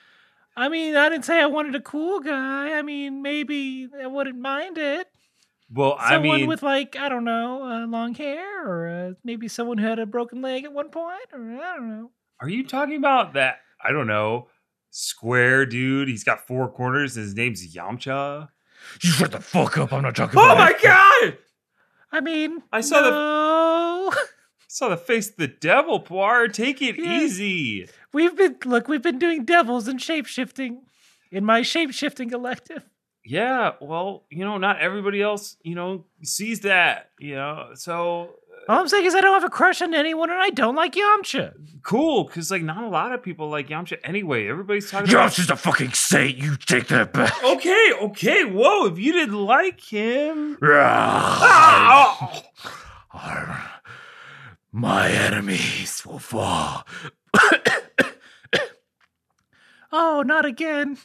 Speaker 2: I mean, I didn't say I wanted a cool guy. I mean, maybe I wouldn't mind it.
Speaker 1: Well, I
Speaker 2: someone
Speaker 1: mean,
Speaker 2: with like I don't know, uh, long hair, or uh, maybe someone who had a broken leg at one point, or I don't know.
Speaker 1: Are you talking about that? I don't know. Square dude. He's got four corners. His name's Yamcha.
Speaker 2: You shut the fuck up! I'm not talking.
Speaker 1: Oh my god!
Speaker 2: I mean,
Speaker 1: I saw the-
Speaker 2: no.
Speaker 1: I saw the face of the devil, Poir. Take it
Speaker 2: Yeah.
Speaker 1: easy.
Speaker 2: We've been look. We've been doing devils and shape shifting in my shape shifting elective.
Speaker 1: Yeah, well, you know, not everybody else, you know, sees that, you know. So
Speaker 2: All I'm saying is I don't have a crush on anyone, and I don't like Yamcha.
Speaker 1: cool, because like not a lot of people like Yamcha anyway. Everybody's talking about
Speaker 2: a fucking saint. You take that back.
Speaker 1: Okay, okay, whoa, if you didn't like him. Ah, oh.
Speaker 2: My enemies will fall. oh, not again.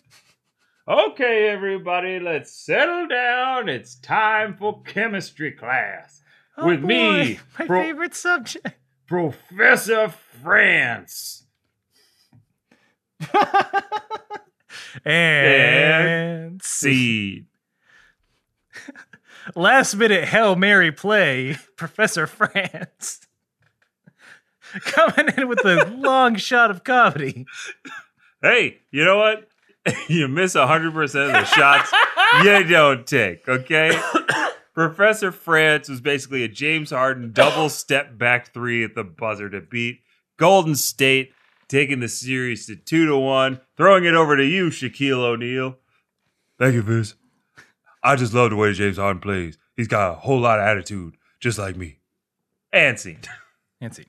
Speaker 1: oh, Okay, everybody, let's settle down. It's time for chemistry class.
Speaker 2: Oh,
Speaker 1: With
Speaker 2: boy,
Speaker 1: me,
Speaker 2: My
Speaker 1: bro-
Speaker 2: favorite subject.
Speaker 1: Professor France.
Speaker 2: and
Speaker 1: See.
Speaker 2: last minute Hail Mary play, Professor France. Coming in with a long shot of comedy.
Speaker 1: Hey, you know what? you miss 100% of the shots you don't take, okay? Professor France was basically a James Harden double step back three at the buzzer to beat Golden State, taking the series to two to one, throwing it over to you, Shaquille O'Neal. Thank you, Fizz. I just love the way James Harden plays. He's got a whole lot of attitude, just like me. And scene.
Speaker 2: Nancy,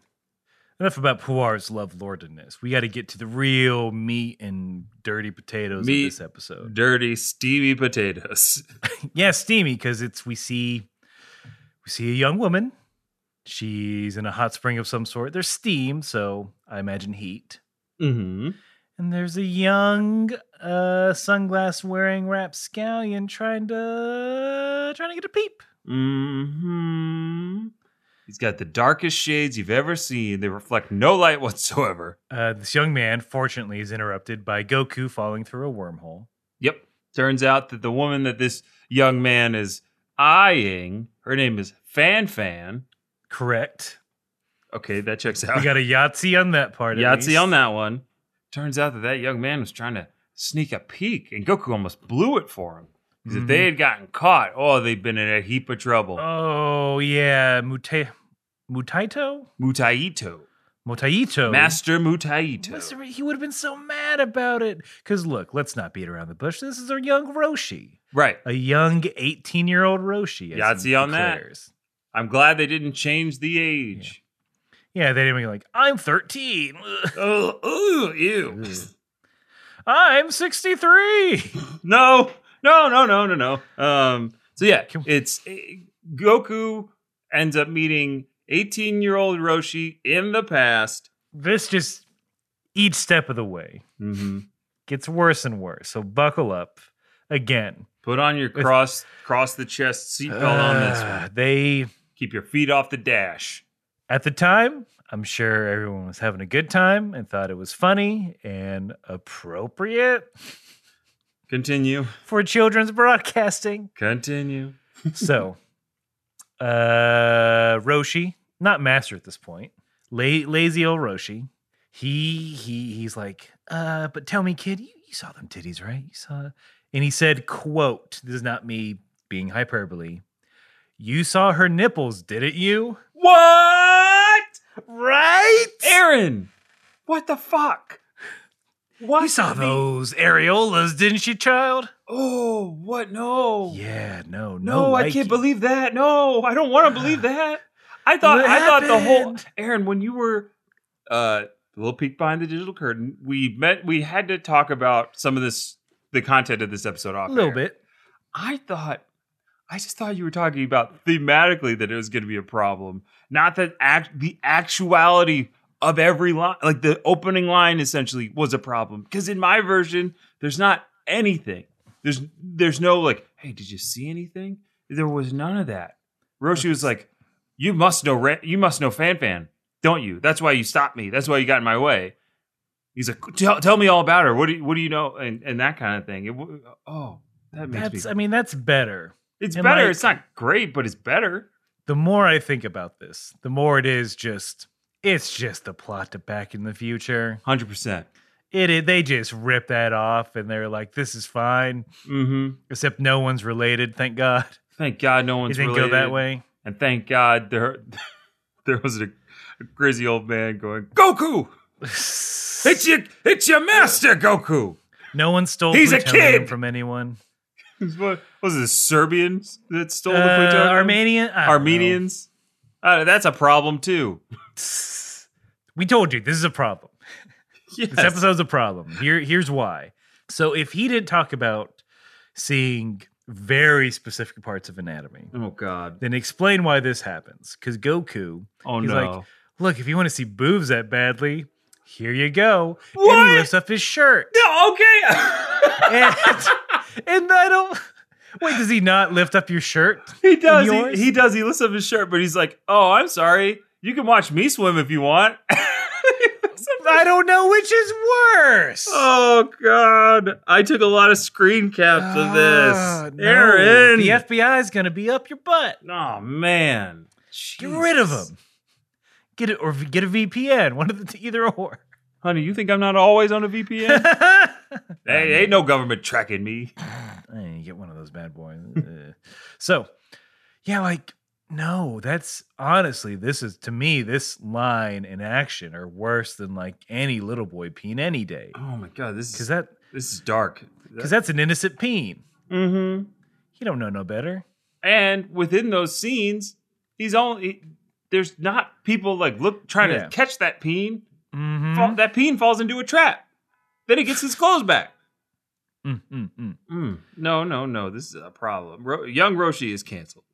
Speaker 2: enough about Puar's love lordedness. We got to get to the real meat and dirty potatoes
Speaker 1: Meat.
Speaker 2: of this episode.
Speaker 1: Dirty, steamy potatoes.
Speaker 2: yeah, steamy because it's we see we see a young woman. She's in a hot spring of some sort. There's steam, so I imagine heat.
Speaker 1: Mm-hmm.
Speaker 2: And there's a young uh, sunglass wearing rapscallion trying to trying to get a peep.
Speaker 1: hmm He's got the darkest shades you've ever seen. They reflect no light whatsoever.
Speaker 2: Uh, this young man, fortunately, is interrupted by Goku falling through a wormhole.
Speaker 1: Yep. Turns out that the woman that this young man is eyeing, her name is Fan Fan.
Speaker 2: Correct.
Speaker 1: Okay, that checks
Speaker 2: We
Speaker 1: out.
Speaker 2: got a Yahtzee on that part. at
Speaker 1: Yahtzee
Speaker 2: least.
Speaker 1: on that one. Turns out that that young man was trying to sneak a peek, and Goku almost blew it for him. Because if
Speaker 2: Mhm.
Speaker 1: they had gotten caught, oh, they'd been in a heap of trouble.
Speaker 2: Oh yeah, Mute, Mutaito,
Speaker 1: Mutaito.
Speaker 2: Motaito,
Speaker 1: Master Mutaito.
Speaker 2: Mister- He would have been so mad about it. Because look, let's not beat around the bush. This is a young Roshi,
Speaker 1: Right.
Speaker 2: a young eighteen-year-old Roshi. as he
Speaker 1: Yahtzee on that.
Speaker 2: declares.
Speaker 1: I'm glad they didn't change the age.
Speaker 2: Yeah, they didn't make it like I'm thirteen.
Speaker 1: Oh, ooh, ew.
Speaker 2: Mm. I'm sixty-three.
Speaker 1: No, no, no, no, no, no. Um, so yeah,
Speaker 2: Can we-
Speaker 1: it's eh, Goku ends up meeting 18 year old Roshi in the past.
Speaker 2: this just each step of the way
Speaker 1: Mm-hmm.
Speaker 2: gets worse and worse. So buckle up again.
Speaker 1: Put on your
Speaker 2: With-
Speaker 1: cross cross the chest seatbelt on this one.
Speaker 2: Uh, They
Speaker 1: Keep your feet off the dash.
Speaker 2: At the time, I'm sure everyone was having a good time and thought it was funny and appropriate
Speaker 1: Continue.
Speaker 2: for children's broadcasting.
Speaker 1: Continue.
Speaker 2: so, uh, Roshi, not master at this point, la- lazy old Roshi, he he he's like, uh, but tell me, kid, you, you saw them titties, right? You saw, and he said, "quote This is not me being hyperbole. You saw her nipples, didn't you?
Speaker 1: What?
Speaker 2: Right?
Speaker 1: Aaron, what the fuck? What?
Speaker 2: You saw
Speaker 1: the-
Speaker 2: those areolas, didn't you, child?
Speaker 1: Oh, what? No.
Speaker 2: Yeah, no, no.
Speaker 1: No, I can't believe that. No, I don't want to believe that. I thought
Speaker 2: What
Speaker 1: I thought the whole
Speaker 2: happened?
Speaker 1: Aaron when you were uh a little peek behind the digital curtain, we met we had to talk about some of this the content of this episode off.
Speaker 2: a little
Speaker 1: air.
Speaker 2: bit.
Speaker 1: I thought I just thought you were talking about thematically that it was going to be a problem, not that act the actuality of every line, like the opening line essentially was a problem because in my version there's not anything. There's there's no like, hey, did you see anything? There was none of that. Roshi was like, you must know Ra- you must know Fan Fan, don't you? That's why you stopped me. That's why you got in my way. He's like, tell, tell me all about her. What do you, what do you know? And and that kind of thing. It, w- oh, that makes me
Speaker 2: That's, I mean, that's better.
Speaker 1: it's
Speaker 2: And,
Speaker 1: better.
Speaker 2: like-
Speaker 1: it's not great, but it's better.
Speaker 2: The more I think about this, the more it is just, it's just the plot to Back in the Future.
Speaker 1: Hundred percent.
Speaker 2: It, it they just rip that off and they're like, this is fine,
Speaker 1: Mm-hmm.
Speaker 2: except no one's related. Thank God
Speaker 1: Thank God no
Speaker 2: it
Speaker 1: one's
Speaker 2: didn't
Speaker 1: related.
Speaker 2: go that way.
Speaker 1: And thank God there there was a, a crazy old man going, Goku! It's your it's your master, Goku.
Speaker 2: no one stole
Speaker 1: He's a
Speaker 2: plutonium
Speaker 1: kid!
Speaker 2: from anyone.
Speaker 1: What was it, Serbians that stole the
Speaker 2: Uh,
Speaker 1: plutonium?
Speaker 2: Armenian, I don't know.
Speaker 1: Armenians? Uh, that's a problem too.
Speaker 2: We told you this is a problem.
Speaker 1: Yes.
Speaker 2: This episode's a problem. Here, here's why. So if he didn't talk about seeing very specific parts of anatomy,
Speaker 1: oh God.
Speaker 2: then explain why this happens. Because Goku,
Speaker 1: Oh
Speaker 2: He's
Speaker 1: no.
Speaker 2: like, look, if you want to see boobs that badly, here you go. And
Speaker 1: What?
Speaker 2: he lifts up his shirt.
Speaker 1: no, okay.
Speaker 2: and, and I don't. Wait, does he not lift up your shirt?
Speaker 1: he does.
Speaker 2: yours?
Speaker 1: He, he does. He lifts up his shirt, but he's like, "Oh, I'm sorry. You can watch me swim if you want."
Speaker 2: I don't know which is worse.
Speaker 1: Oh God! I took a lot of screen caps of this,
Speaker 2: Ah, no.
Speaker 1: Aaron.
Speaker 2: The FBI is going to be up your butt.
Speaker 1: oh man,
Speaker 2: Get rid of
Speaker 1: Jesus.
Speaker 2: them. Get it or v- get a VPN. One of the two, either or.
Speaker 1: honey. You think I'm not always on a VPN?
Speaker 2: I
Speaker 1: hey, ain't no government tracking me.
Speaker 2: need to Eh, get one of those bad boys. Uh, so, yeah, like no, that's honestly this is to me this line in action are worse than like any little boy peen any day
Speaker 1: Oh my God, this
Speaker 2: because
Speaker 1: is
Speaker 2: that
Speaker 1: this is dark.
Speaker 2: because that's an innocent peen.
Speaker 1: Mm-hmm.
Speaker 2: You don't know no better.
Speaker 1: And within those scenes, he's only there's not people like look trying
Speaker 2: Yeah.
Speaker 1: to catch that peen.
Speaker 2: Mm-hmm.
Speaker 1: Fall- that peen falls into a trap. Then he gets his clothes back.
Speaker 2: mm, mm, mm.
Speaker 1: Mm. No, no, no. This is a problem. Ro- Young Roshi is canceled.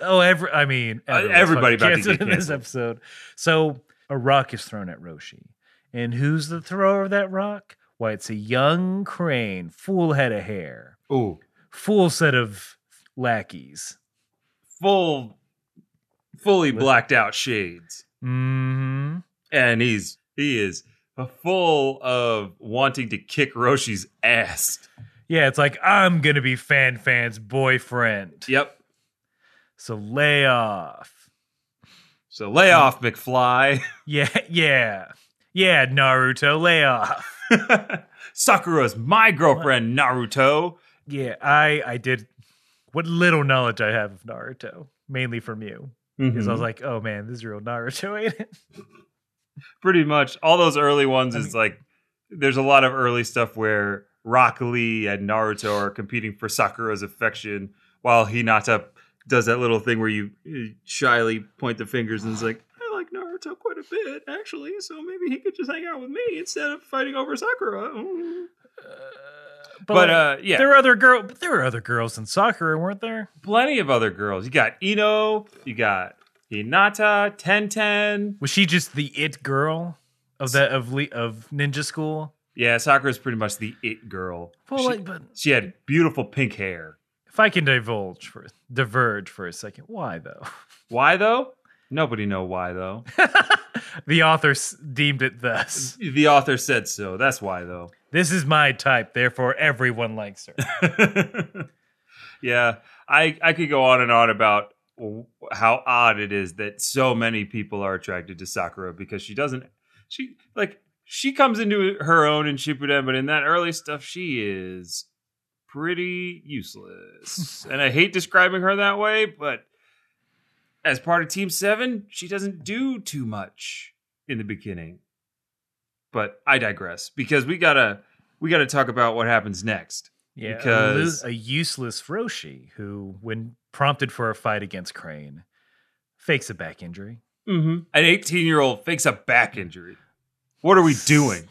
Speaker 2: oh, every I mean,
Speaker 1: Uh,
Speaker 2: everyone's
Speaker 1: everybody
Speaker 2: fucking
Speaker 1: about to get
Speaker 2: canceled in this
Speaker 1: canceled.
Speaker 2: episode. So a rock is thrown at Roshi, and who's the thrower of that rock? why it's a young crane, full head of hair,
Speaker 1: Ooh,
Speaker 2: full set of lackeys.
Speaker 1: full, fully blacked out shades,
Speaker 2: Mm-hmm.
Speaker 1: and he's he is full of wanting to kick Roshi's ass.
Speaker 2: Yeah, it's like I'm gonna be Fan Fan's boyfriend.
Speaker 1: Yep.
Speaker 2: So lay off.
Speaker 1: So lay off, McFly.
Speaker 2: Yeah, yeah, yeah. Naruto, lay off.
Speaker 1: Sakura's my girlfriend, Naruto.
Speaker 2: Yeah, I I did what little knowledge I have of Naruto, mainly from you, because
Speaker 1: Mm-hmm.
Speaker 2: I was like, oh man, this is real Naruto, ain't it?
Speaker 1: Pretty much all those early ones
Speaker 2: I
Speaker 1: is like there's a lot of early stuff where Rock Lee and Naruto are competing for Sakura's affection while Hinata does that little thing where you you shyly point the fingers and is like, I like Naruto quite a bit, actually, so maybe he could just hang out with me instead of fighting over Sakura. Mm. But,
Speaker 2: like,
Speaker 1: uh, yeah,
Speaker 2: there were other girl, but there were other girls in Sakura, weren't there?
Speaker 1: plenty of other girls. You got Ino, you got Hinata, Ten Ten.
Speaker 2: Was she just the it girl of that of Le- of ninja school?
Speaker 1: Yeah, Sakura's pretty much the it girl.
Speaker 2: Well,
Speaker 1: she,
Speaker 2: like, but
Speaker 1: she had beautiful pink hair.
Speaker 2: if I can divulge for diverge for a second, why though?
Speaker 1: Why though? Nobody know why though.
Speaker 2: the author s- deemed it thus.
Speaker 1: the author said so. That's why though.
Speaker 2: This is my type, therefore everyone likes her.
Speaker 1: yeah, I I could go on and on about w- how odd it is that so many people are attracted to Sakura because she doesn't she like she comes into her own in Shippuden, but in that early stuff she is pretty useless. and I hate describing her that way, but as part of Team 7, she doesn't do too much in the beginning. But I digress because we got to we got to talk about what happens next.
Speaker 2: Yeah, a, lo-
Speaker 1: Because-
Speaker 2: a useless Roshi who, when prompted for a fight against Crane, fakes a back injury.
Speaker 1: An 18 year old fakes a back injury. What are we doing?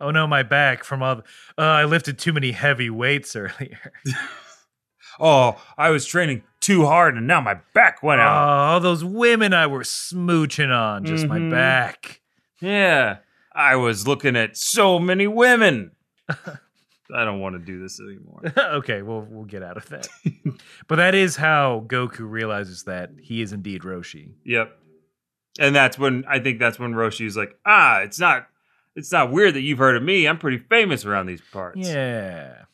Speaker 2: Oh no, my back from all. The, uh, I lifted too many heavy weights earlier.
Speaker 1: Oh, I was training too hard and now my back went
Speaker 2: Oh,
Speaker 1: out.
Speaker 2: all those women I were smooching on, just
Speaker 1: Mhm.
Speaker 2: my back.
Speaker 1: Yeah. I was looking at so many women. I don't want to do this anymore.
Speaker 2: okay, well we'll get out of that. but that is how Goku realizes that he is indeed Roshi.
Speaker 1: Yep. And that's when I think that's when Roshi's like, ah, it's not it's not weird that you've heard of me. I'm pretty famous around these parts.
Speaker 2: Yeah,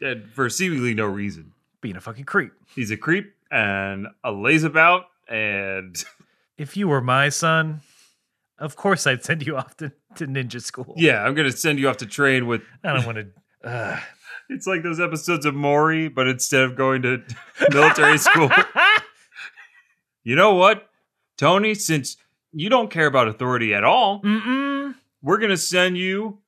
Speaker 1: And for seemingly no reason.
Speaker 2: being a fucking creep.
Speaker 1: He's a creep and a layabout and
Speaker 2: If you were my son, of course I'd send you off to, to ninja school.
Speaker 1: yeah, I'm gonna send you off to train with
Speaker 2: I don't want to. Uh.
Speaker 1: It's like those episodes of Maury, but instead of going to military school, you know what, Tony? Since you don't care about authority at all,
Speaker 2: Mm-mm.
Speaker 1: we're gonna send you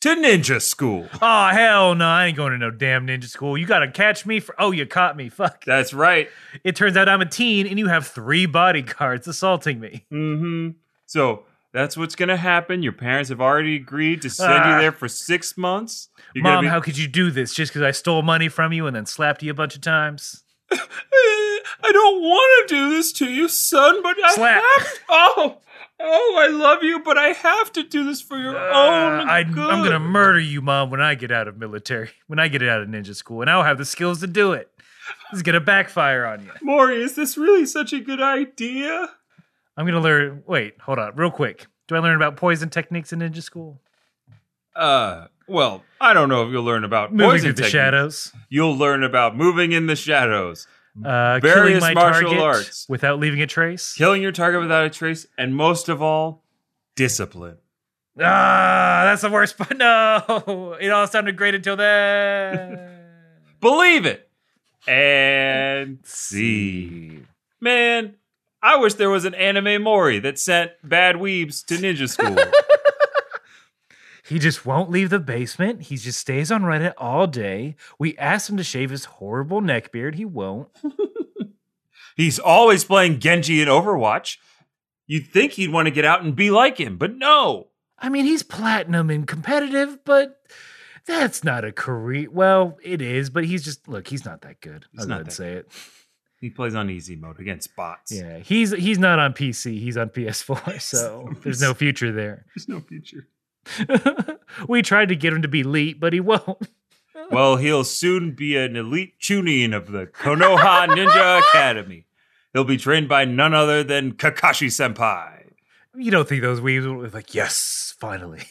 Speaker 1: to ninja school.
Speaker 2: Oh hell no! I ain't going to no damn ninja school. You gotta catch me for. Oh, you caught me. Fuck.
Speaker 1: That's right.
Speaker 2: It turns out I'm a teen, and you have three bodyguards assaulting me.
Speaker 1: hmm So that's what's gonna happen. Your parents have already agreed to send you
Speaker 2: Ah.
Speaker 1: there for six months. You're
Speaker 2: Mom,
Speaker 1: gonna
Speaker 2: how could you do this? Just because I stole money from you and then slapped you a bunch of times?
Speaker 1: "Eh, I don't want to do this to you, son, but I
Speaker 2: Slap.
Speaker 1: have. Oh, oh, I love you, but I have to do this for your
Speaker 2: Uh,
Speaker 1: own
Speaker 2: I, I'm
Speaker 1: good.
Speaker 2: gonna murder you, Mom, when I get out of military. When I get out of ninja school, and I'll have the skills to do it. This is gonna backfire on you.
Speaker 1: Maury, is this really such a good idea?
Speaker 2: I'm gonna learn. Wait, hold on, real quick. Do I learn about poison techniques in ninja school?
Speaker 1: Uh, well, I don't know if you'll learn about
Speaker 2: Moving
Speaker 1: poison
Speaker 2: through the
Speaker 1: techniques.
Speaker 2: shadows.
Speaker 1: You'll learn about moving in the shadows,
Speaker 2: uh,
Speaker 1: Various
Speaker 2: killing my
Speaker 1: martial
Speaker 2: target
Speaker 1: arts.
Speaker 2: without leaving a trace.
Speaker 1: killing your target without a trace, and most of all, discipline.
Speaker 2: Ah, that's the worst. But no, it all sounded great until then.
Speaker 1: Believe it and see. Man, I wish there was an anime Mori that sent bad weebs to ninja school.
Speaker 2: He just won't leave the basement. He just stays on Reddit all day. We asked him to shave his horrible neck beard. He won't.
Speaker 1: He's always playing Genji in Overwatch. You'd think he'd want to get out and be like him, but no.
Speaker 2: I mean, he's platinum and competitive, but that's not a career. Well, it is, but he's just look. He's not that good.
Speaker 1: He's
Speaker 2: I'm
Speaker 1: not
Speaker 2: gonna
Speaker 1: that
Speaker 2: say it.
Speaker 1: He plays on easy mode against bots.
Speaker 2: Yeah, he's he's not on PC. He's on PS4. So there's no future there.
Speaker 1: There's no future.
Speaker 2: we tried to get him to be elite, but he won't.
Speaker 1: Well, he'll soon be an elite chunin of the Konoha Ninja Academy. He'll be trained by none other than Kakashi Senpai.
Speaker 2: You don't think those weaves will be like, yes, finally.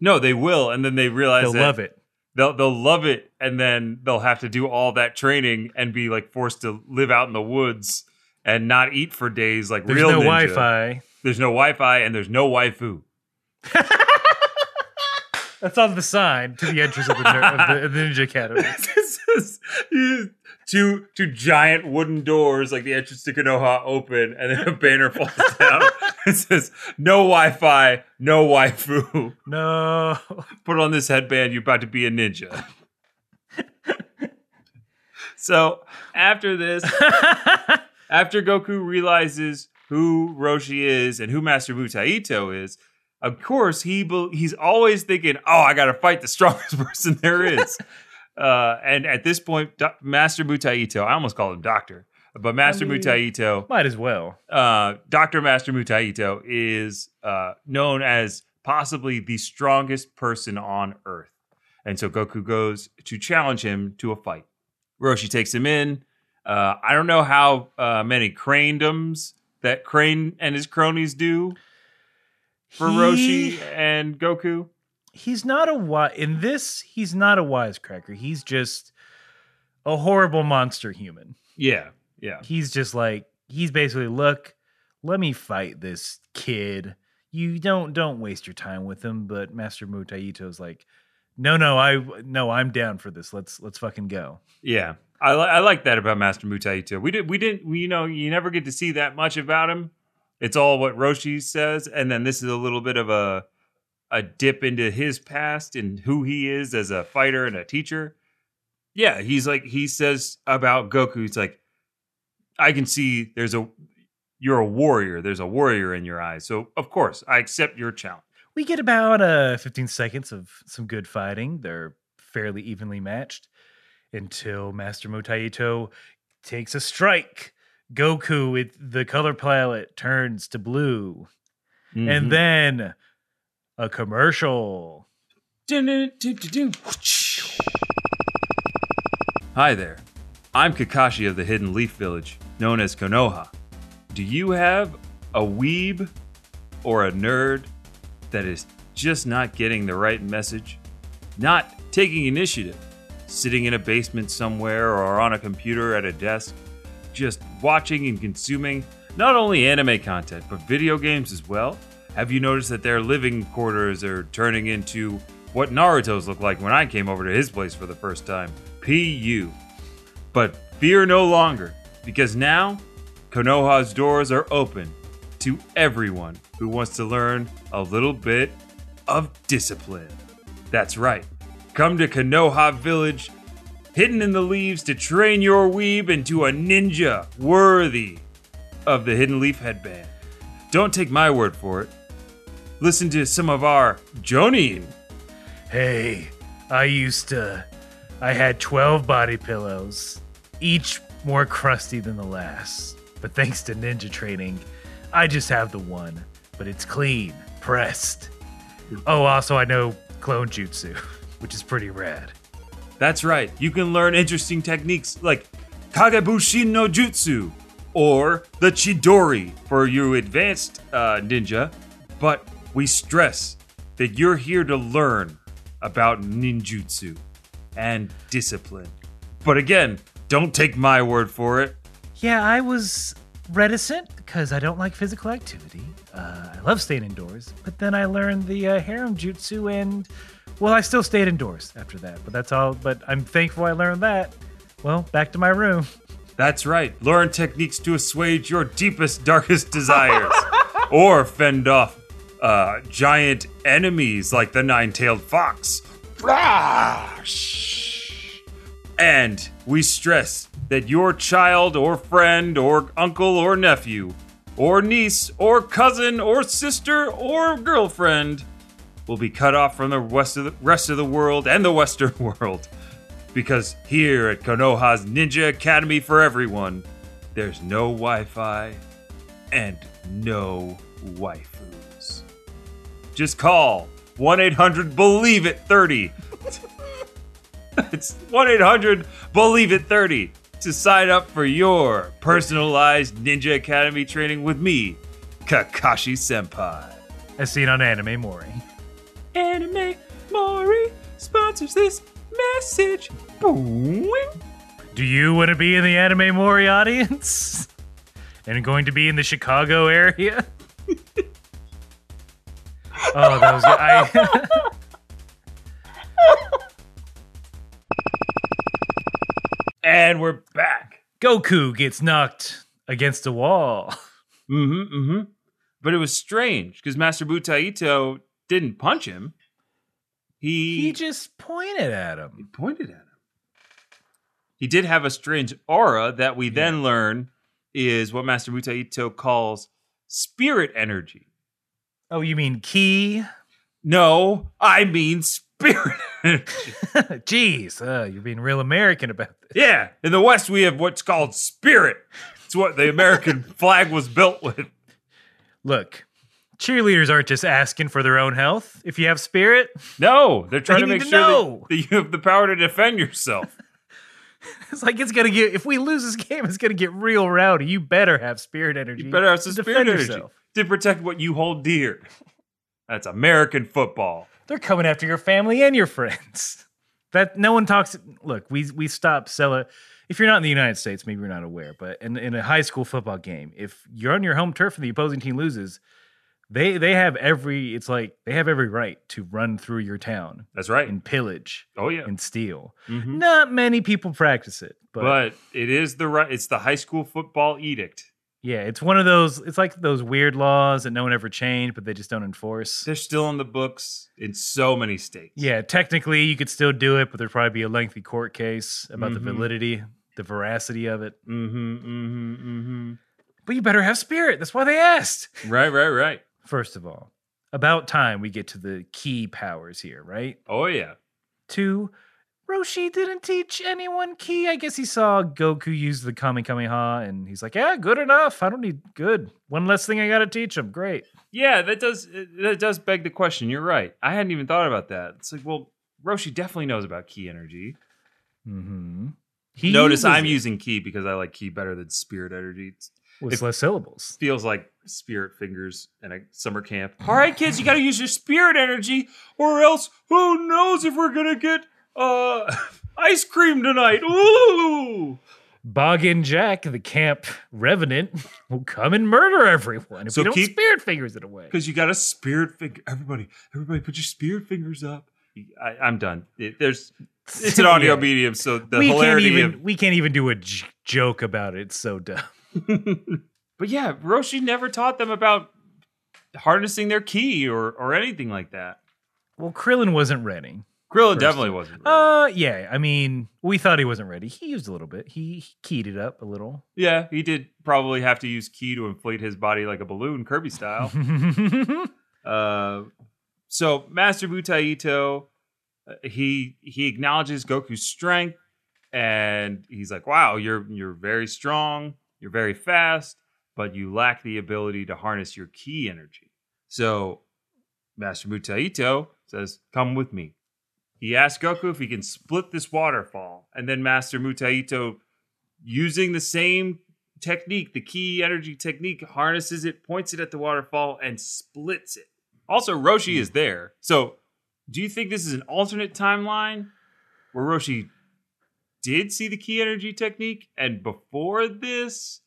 Speaker 1: No, they will, and then they realize
Speaker 2: They'll
Speaker 1: that
Speaker 2: love it.
Speaker 1: They'll they'll love it, and then they'll have to do all that training and be like forced to live out in the woods and not eat for days like
Speaker 2: There's
Speaker 1: real
Speaker 2: no
Speaker 1: ninja.
Speaker 2: Wi Fi.
Speaker 1: There's no Wi-Fi, and there's no waifu.
Speaker 2: That's on the sign to the entrance of the, ner- of the, of the Ninja Academy.
Speaker 1: This is- you- two two giant wooden doors like the entrance to Konoha open, and then a banner falls down. it says no Wi-Fi, no waifu.
Speaker 2: No.
Speaker 1: Put on this headband, you're about to be a ninja. so after this, after Goku realizes who Roshi is and who Master Mutaito is, of course he bel he's always thinking, "Oh, I got to fight the strongest person there is." uh, and at this point, Do- Master Mutaito, I almost called him Doctor, but Master
Speaker 2: mean-
Speaker 1: Mutaito,
Speaker 2: Might as well.
Speaker 1: uh, Doctor Master Mutaito is uh, known as possibly the strongest person on Earth, and so Goku goes to challenge him to a fight. Roshi takes him in. Uh, I don't know how uh, many cranedoms that Crane and his cronies do for
Speaker 2: He-
Speaker 1: Roshi and Goku.
Speaker 2: He's not a wise. In this, he's not a wisecracker. He's just a horrible monster human.
Speaker 1: Yeah, yeah,
Speaker 2: he's just like he's basically look let me fight this kid you don't don't waste your time with him but master mutaito's like no no i no i'm down for this let's let's fucking go
Speaker 1: yeah. I, li- I like that about Master Mutaito. We did, we didn't, we, you know, you never get to see that much about him. It's all what Roshi says, and then this is a little bit of a a dip into his past and who he is as a fighter and a teacher. Yeah, he's like he says about Goku. He's like, I can see there's a you're a warrior. There's a warrior in your eyes. So of course I accept your challenge.
Speaker 2: we get about uh 15 seconds of some good fighting they're fairly evenly matched until master mutaito takes a strike goku with the color palette turns to blue
Speaker 1: Mm-hmm.
Speaker 2: and then a commercial
Speaker 1: then. Hi there. I'm Kakashi of the Hidden Leaf Village, known as Konoha. Do you have a weeb or a nerd that is just not getting the right message? Not taking initiative? Sitting in a basement somewhere or on a computer at a desk? Just watching and consuming not only anime content, but video games as well? Have you noticed that their living quarters are turning into what Naruto's looked like when I came over to his place for the first time? PU. But fear no longer, because now Konoha's doors are open to everyone who wants to learn a little bit of discipline. That's right. Come to Konoha Village, hidden in the leaves, to train your weeb into a ninja worthy of the Hidden Leaf headband. Don't take my word for it. Listen to some of our Jonin.
Speaker 2: Hey, I used to. I had 12 body pillows, each more crusty than the last. But thanks to ninja training, I just have the one, but it's clean, pressed. Oh, also, I know clone jutsu, which is pretty rad.
Speaker 1: That's right. You can learn interesting techniques like Kagebushin no Jutsu or the Chidori for you advanced uh, ninja. But we stress that you're here to learn about ninjutsu and discipline. But again, don't take my word for it.
Speaker 2: Yeah, I was reticent because I don't like physical activity. Uh, I love staying indoors, but then I learned the uh, harem jutsu, and well, I still stayed indoors after that. But that's all. But I'm thankful I learned that. Well, back to my room.
Speaker 1: That's right. Learn techniques to assuage your deepest, darkest desires, or fend off uh, giant enemies like the nine-tailed fox. Flash! And we stress that your child, or friend, or uncle, or nephew, or niece, or cousin, or sister, or girlfriend will be cut off from the rest of the rest of the world and the Western world because here at Konoha's Ninja Academy for everyone, there's no Wi-Fi and no waifus. Just call 1 800 Believe It 30. it's 1 800 Believe It 30 to sign up for your personalized Ninja Academy training with me, Kakashi Senpai.
Speaker 2: As seen on Anime Mori.
Speaker 1: Anime Mori sponsors this message. Boom.
Speaker 2: Do you want to be in the Anime Mori audience? and going to be in the Chicago area? oh, that was good. I,
Speaker 1: And we're back.
Speaker 2: Goku gets knocked against a wall.
Speaker 1: Mm hmm. Mm hmm. But it was strange because Master Butaito didn't punch him. He,
Speaker 2: He just pointed at him.
Speaker 1: pointed at him. He did have a strange aura that we then learn is what Master Mutaito calls spirit energy.
Speaker 2: Oh, you mean key?
Speaker 1: No, I mean spirit energy.
Speaker 2: Jeez, uh, you're being real American about this.
Speaker 1: yeah, in the West, we have what's called spirit. It's what the American flag was built with.
Speaker 2: Look, cheerleaders aren't just asking for their own health. If you have spirit,
Speaker 1: No, they're trying to
Speaker 2: need
Speaker 1: make
Speaker 2: to
Speaker 1: sure that-
Speaker 2: know.
Speaker 1: that you have the power to defend yourself.
Speaker 2: it's like it's gonna get. If we lose this game, it's gonna get real rowdy. You better have spirit energy.
Speaker 1: You better have some
Speaker 2: to defend
Speaker 1: spirit energy
Speaker 2: yourself.
Speaker 1: to protect what you hold dear. That's American football.
Speaker 2: They're coming after your family and your friends. That no one talks. Look, we we stop selling. If you're not in the United States, maybe you're not aware, but in, in a high school football game, if you're on your home turf and the opposing team loses, they they have every. It's like they have every right to run through your town
Speaker 1: That's right.
Speaker 2: and pillage
Speaker 1: Oh yeah.
Speaker 2: and steal.
Speaker 1: Mhm.
Speaker 2: Not many people practice it, but,
Speaker 1: But, it is the right. It's the high school football edict.
Speaker 2: yeah, it's one of those. It's like those weird laws that no one ever changed, but they just don't enforce.
Speaker 1: They're still in the books in so many states.
Speaker 2: Yeah, technically you could still do it, but there'd probably be a lengthy court case about
Speaker 1: Mhm.
Speaker 2: the validity, the veracity of it.
Speaker 1: Mm-hmm. Mm-hmm.
Speaker 2: But you better have spirit. That's why they asked.
Speaker 1: Mm-hmm. Right. Right. Right.
Speaker 2: First of all, about time we get to the key powers here, right?
Speaker 1: Oh yeah.
Speaker 2: Two, Roshi didn't teach anyone key. I guess he saw Goku use the Kamehameha and he's like, yeah, good enough. I don't need good. One less thing I got to teach him. Great.
Speaker 1: Yeah. That does. That does beg the question. You're right. I hadn't even thought about that. It's like, well, Roshi definitely knows about key energy.
Speaker 2: Mm-hmm. He
Speaker 1: Notice
Speaker 2: uses
Speaker 1: I'm
Speaker 2: it.
Speaker 1: using key because I like key better than spirit energy. It
Speaker 2: Well, it's
Speaker 1: if-
Speaker 2: less syllables.
Speaker 1: feels like spirit fingers in a summer camp. All right, kids, you got to use your spirit energy, or else who knows if we're gonna get uh ice cream tonight. Ooh.
Speaker 2: Boggin Jack, the camp revenant, will come and murder everyone if
Speaker 1: So
Speaker 2: we don't
Speaker 1: keep-
Speaker 2: spirit fingers it away.
Speaker 1: because you got a spirit finger. Everybody, everybody, put your spirit fingers up. I, I'm done. It- there's, it's an audio
Speaker 2: Yeah.
Speaker 1: medium, so the
Speaker 2: we can't
Speaker 1: hilarity
Speaker 2: even
Speaker 1: of.
Speaker 2: we can't even do a j- joke about it. It's so dumb.
Speaker 1: But yeah, Roshi never taught them about harnessing their key or or anything like that.
Speaker 2: Well, Krillin wasn't ready.
Speaker 1: Grilla
Speaker 2: First
Speaker 1: definitely wasn't. right.
Speaker 2: Uh, yeah. I mean, we thought he wasn't ready. He used a little bit. He, he keyed it up a little.
Speaker 1: yeah, he did probably have to use key to inflate his body like a balloon, Kirby style. Oh. Uh, so Master Butaito, uh, he he acknowledges Goku's strength, and he's like, "Wow, you're you're very strong, you're very fast, but you lack the ability to harness your ki energy." So Master Butaito says, "Come with me." He asks Goku if he can split this waterfall, and then Master Mutaito, using the same technique, the key energy technique, harnesses it, points it at the waterfall, and splits it. Also, Roshi is there. So, do you think this is an alternate timeline where Roshi did see the key energy technique and before this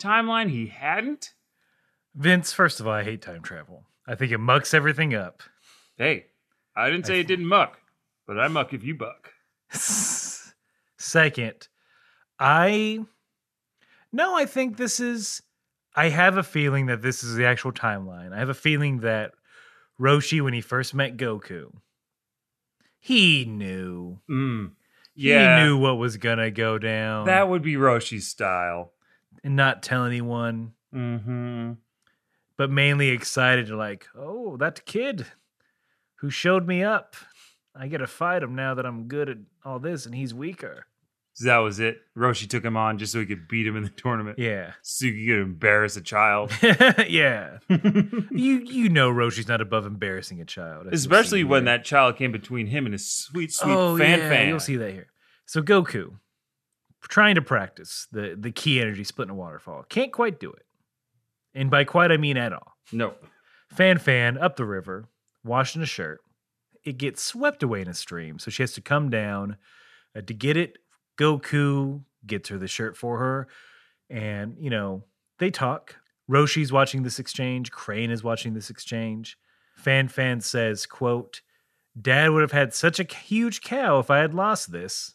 Speaker 1: timeline he hadn't?
Speaker 2: Vince, first of all, I hate time travel. I think it mucks everything up.
Speaker 1: Hey, I didn't say it didn't muck, but I muck if you buck.
Speaker 2: Second, I no, I think this is. I have a feeling that this is the actual timeline. I have a feeling that Roshi, when he first met Goku, he knew.
Speaker 1: Mm.
Speaker 2: He
Speaker 1: Yeah,
Speaker 2: knew what was gonna go down.
Speaker 1: that would be Roshi's style.
Speaker 2: and not tell anyone,
Speaker 1: Mm-hmm.
Speaker 2: but mainly excited to like, oh, that kid who showed me up. I get to fight him now that I'm good at all this and he's weaker.
Speaker 1: So that was it. Roshi took him on just so he could beat him in the tournament.
Speaker 2: Yeah.
Speaker 1: So he could embarrass a child.
Speaker 2: yeah. you you know Roshi's not above embarrassing a child. as you'll
Speaker 1: Especially
Speaker 2: see
Speaker 1: when
Speaker 2: here.
Speaker 1: that child came between him and his sweet, sweet
Speaker 2: oh,
Speaker 1: fan
Speaker 2: yeah,
Speaker 1: fan.
Speaker 2: You'll see that here. So Goku trying to practice the the key energy split in a waterfall. Can't quite do it. And by quite I mean at all.
Speaker 1: No.
Speaker 2: Fan Fan up the river, washing a shirt. It gets swept away in a stream, so she has to come down uh, to get it. Goku gets her the shirt for her, and you know they talk. Roshi's watching this exchange. Crane is watching this exchange. Fan Fan says, "quote Dad would have had such a c- huge cow if I had lost this."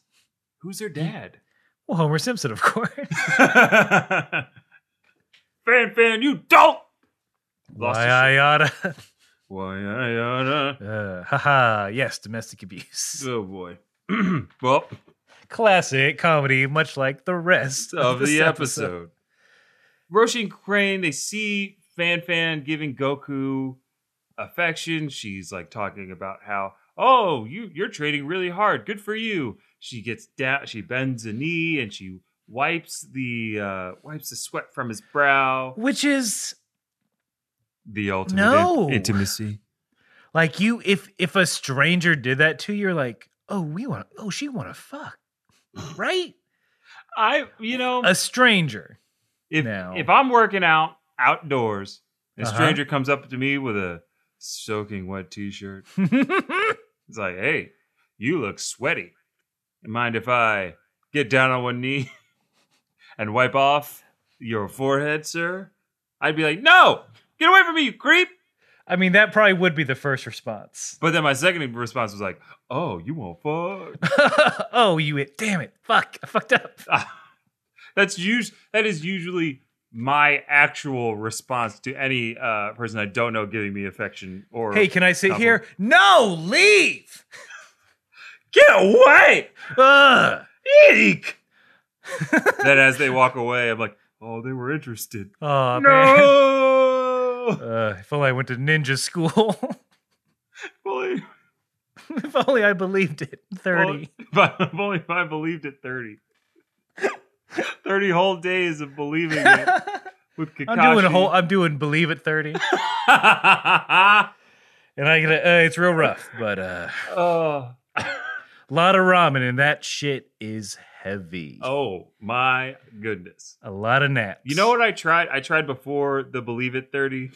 Speaker 1: Who's her dad?
Speaker 2: Well, Homer Simpson, of course.
Speaker 1: fan fan, you don't! Lost
Speaker 2: Why
Speaker 1: his
Speaker 2: I oughta.
Speaker 1: Why, I oughta-
Speaker 2: Uh, haha. Yes, domestic abuse.
Speaker 1: Oh boy. well,
Speaker 2: classic comedy, much like the rest
Speaker 1: of
Speaker 2: this
Speaker 1: the episode. Roshi and Crane, they see Fan Fan giving Goku affection. She's like talking about how, oh, you you're training really hard. Good for you. She gets down, she bends a knee and she wipes the uh wipes the sweat from his brow.
Speaker 2: Which is
Speaker 1: The ultimate in-
Speaker 2: No.
Speaker 1: intimacy.
Speaker 2: like you if if a stranger did that to you, you're like, oh, we want oh, she wanna fuck. Right?
Speaker 1: I you know
Speaker 2: A stranger.
Speaker 1: if
Speaker 2: now.
Speaker 1: if I'm working out outdoors, and a
Speaker 2: Uh-huh.
Speaker 1: stranger comes up to me with a soaking wet t-shirt. It's like, hey, you look sweaty. Mind if I get down on one knee and wipe off your forehead, sir? I'd be like, no, get away from me, you creep.
Speaker 2: I mean, that probably would be the first response.
Speaker 1: But then my second response was like, oh, you won't fuck.
Speaker 2: oh, you hit damn it, fuck, I fucked up.
Speaker 1: That's us- that is usually my actual response to any uh, person I don't know giving me affection or
Speaker 2: Hey, can I sit
Speaker 1: Double.
Speaker 2: here? No, leave.
Speaker 1: get away,
Speaker 2: Ugh.
Speaker 1: eek. then as they walk away, I'm like, oh, they were interested.
Speaker 2: Oh man.
Speaker 1: no.
Speaker 2: Uh, if only I went to ninja school.
Speaker 1: Only-
Speaker 2: if only I believed it. 30.
Speaker 1: If I- if only if I believed it 30. 30 whole days of believing it with Kakashi.
Speaker 2: I'm doing a whole. I'm doing believe at thirty, and I get a, uh, it's real rough, but uh, a
Speaker 1: oh,
Speaker 2: lot of ramen, and that shit is heavy.
Speaker 1: oh my goodness.
Speaker 2: a lot of naps.
Speaker 1: You know what I tried? I tried before the believe it 30.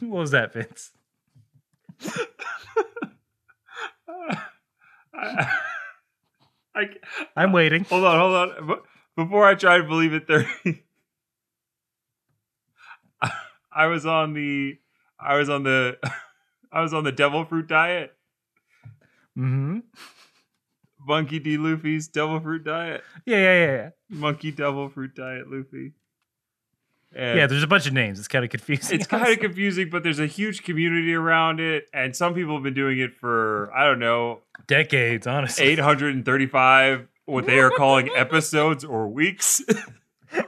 Speaker 2: what was that, Vince?
Speaker 1: I, I,
Speaker 2: I'm waiting.
Speaker 1: hold on, hold on. Be- Before I tried believe it 30. I, I was on the I was on the I was on the devil fruit diet.
Speaker 2: Mm-hmm.
Speaker 1: Monkey D. Luffy's Devil Fruit Diet.
Speaker 2: Yeah, yeah, yeah, yeah.
Speaker 1: Monkey Devil Fruit Diet Luffy. And
Speaker 2: Yeah, there's a bunch of names. It's kind of confusing.
Speaker 1: it's kind of confusing, but there's a huge community around it, and some people have been doing it for I don't know
Speaker 2: decades, honestly.
Speaker 1: 835 what they are calling episodes or weeks.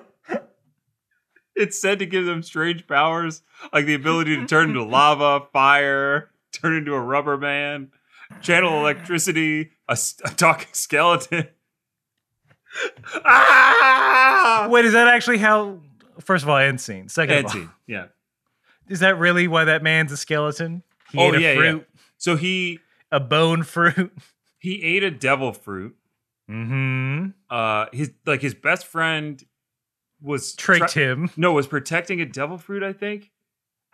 Speaker 1: it's said to give them strange powers, like the ability to turn into lava, fire, turn into a rubber man, channel electricity, a, s- a talking skeleton. ah!
Speaker 2: Wait, is that actually how? First of all, end scene. Second of all,
Speaker 1: Fancy, yeah.
Speaker 2: is that really why that man's a skeleton? He
Speaker 1: Oh,
Speaker 2: ate a
Speaker 1: yeah, yeah.
Speaker 2: fruit,
Speaker 1: So he
Speaker 2: a bone fruit.
Speaker 1: he ate a devil fruit.
Speaker 2: Mm-hmm.
Speaker 1: Uh, his like his best friend was
Speaker 2: Tricked
Speaker 1: him.
Speaker 2: him.
Speaker 1: No, it was protecting a devil fruit, I think.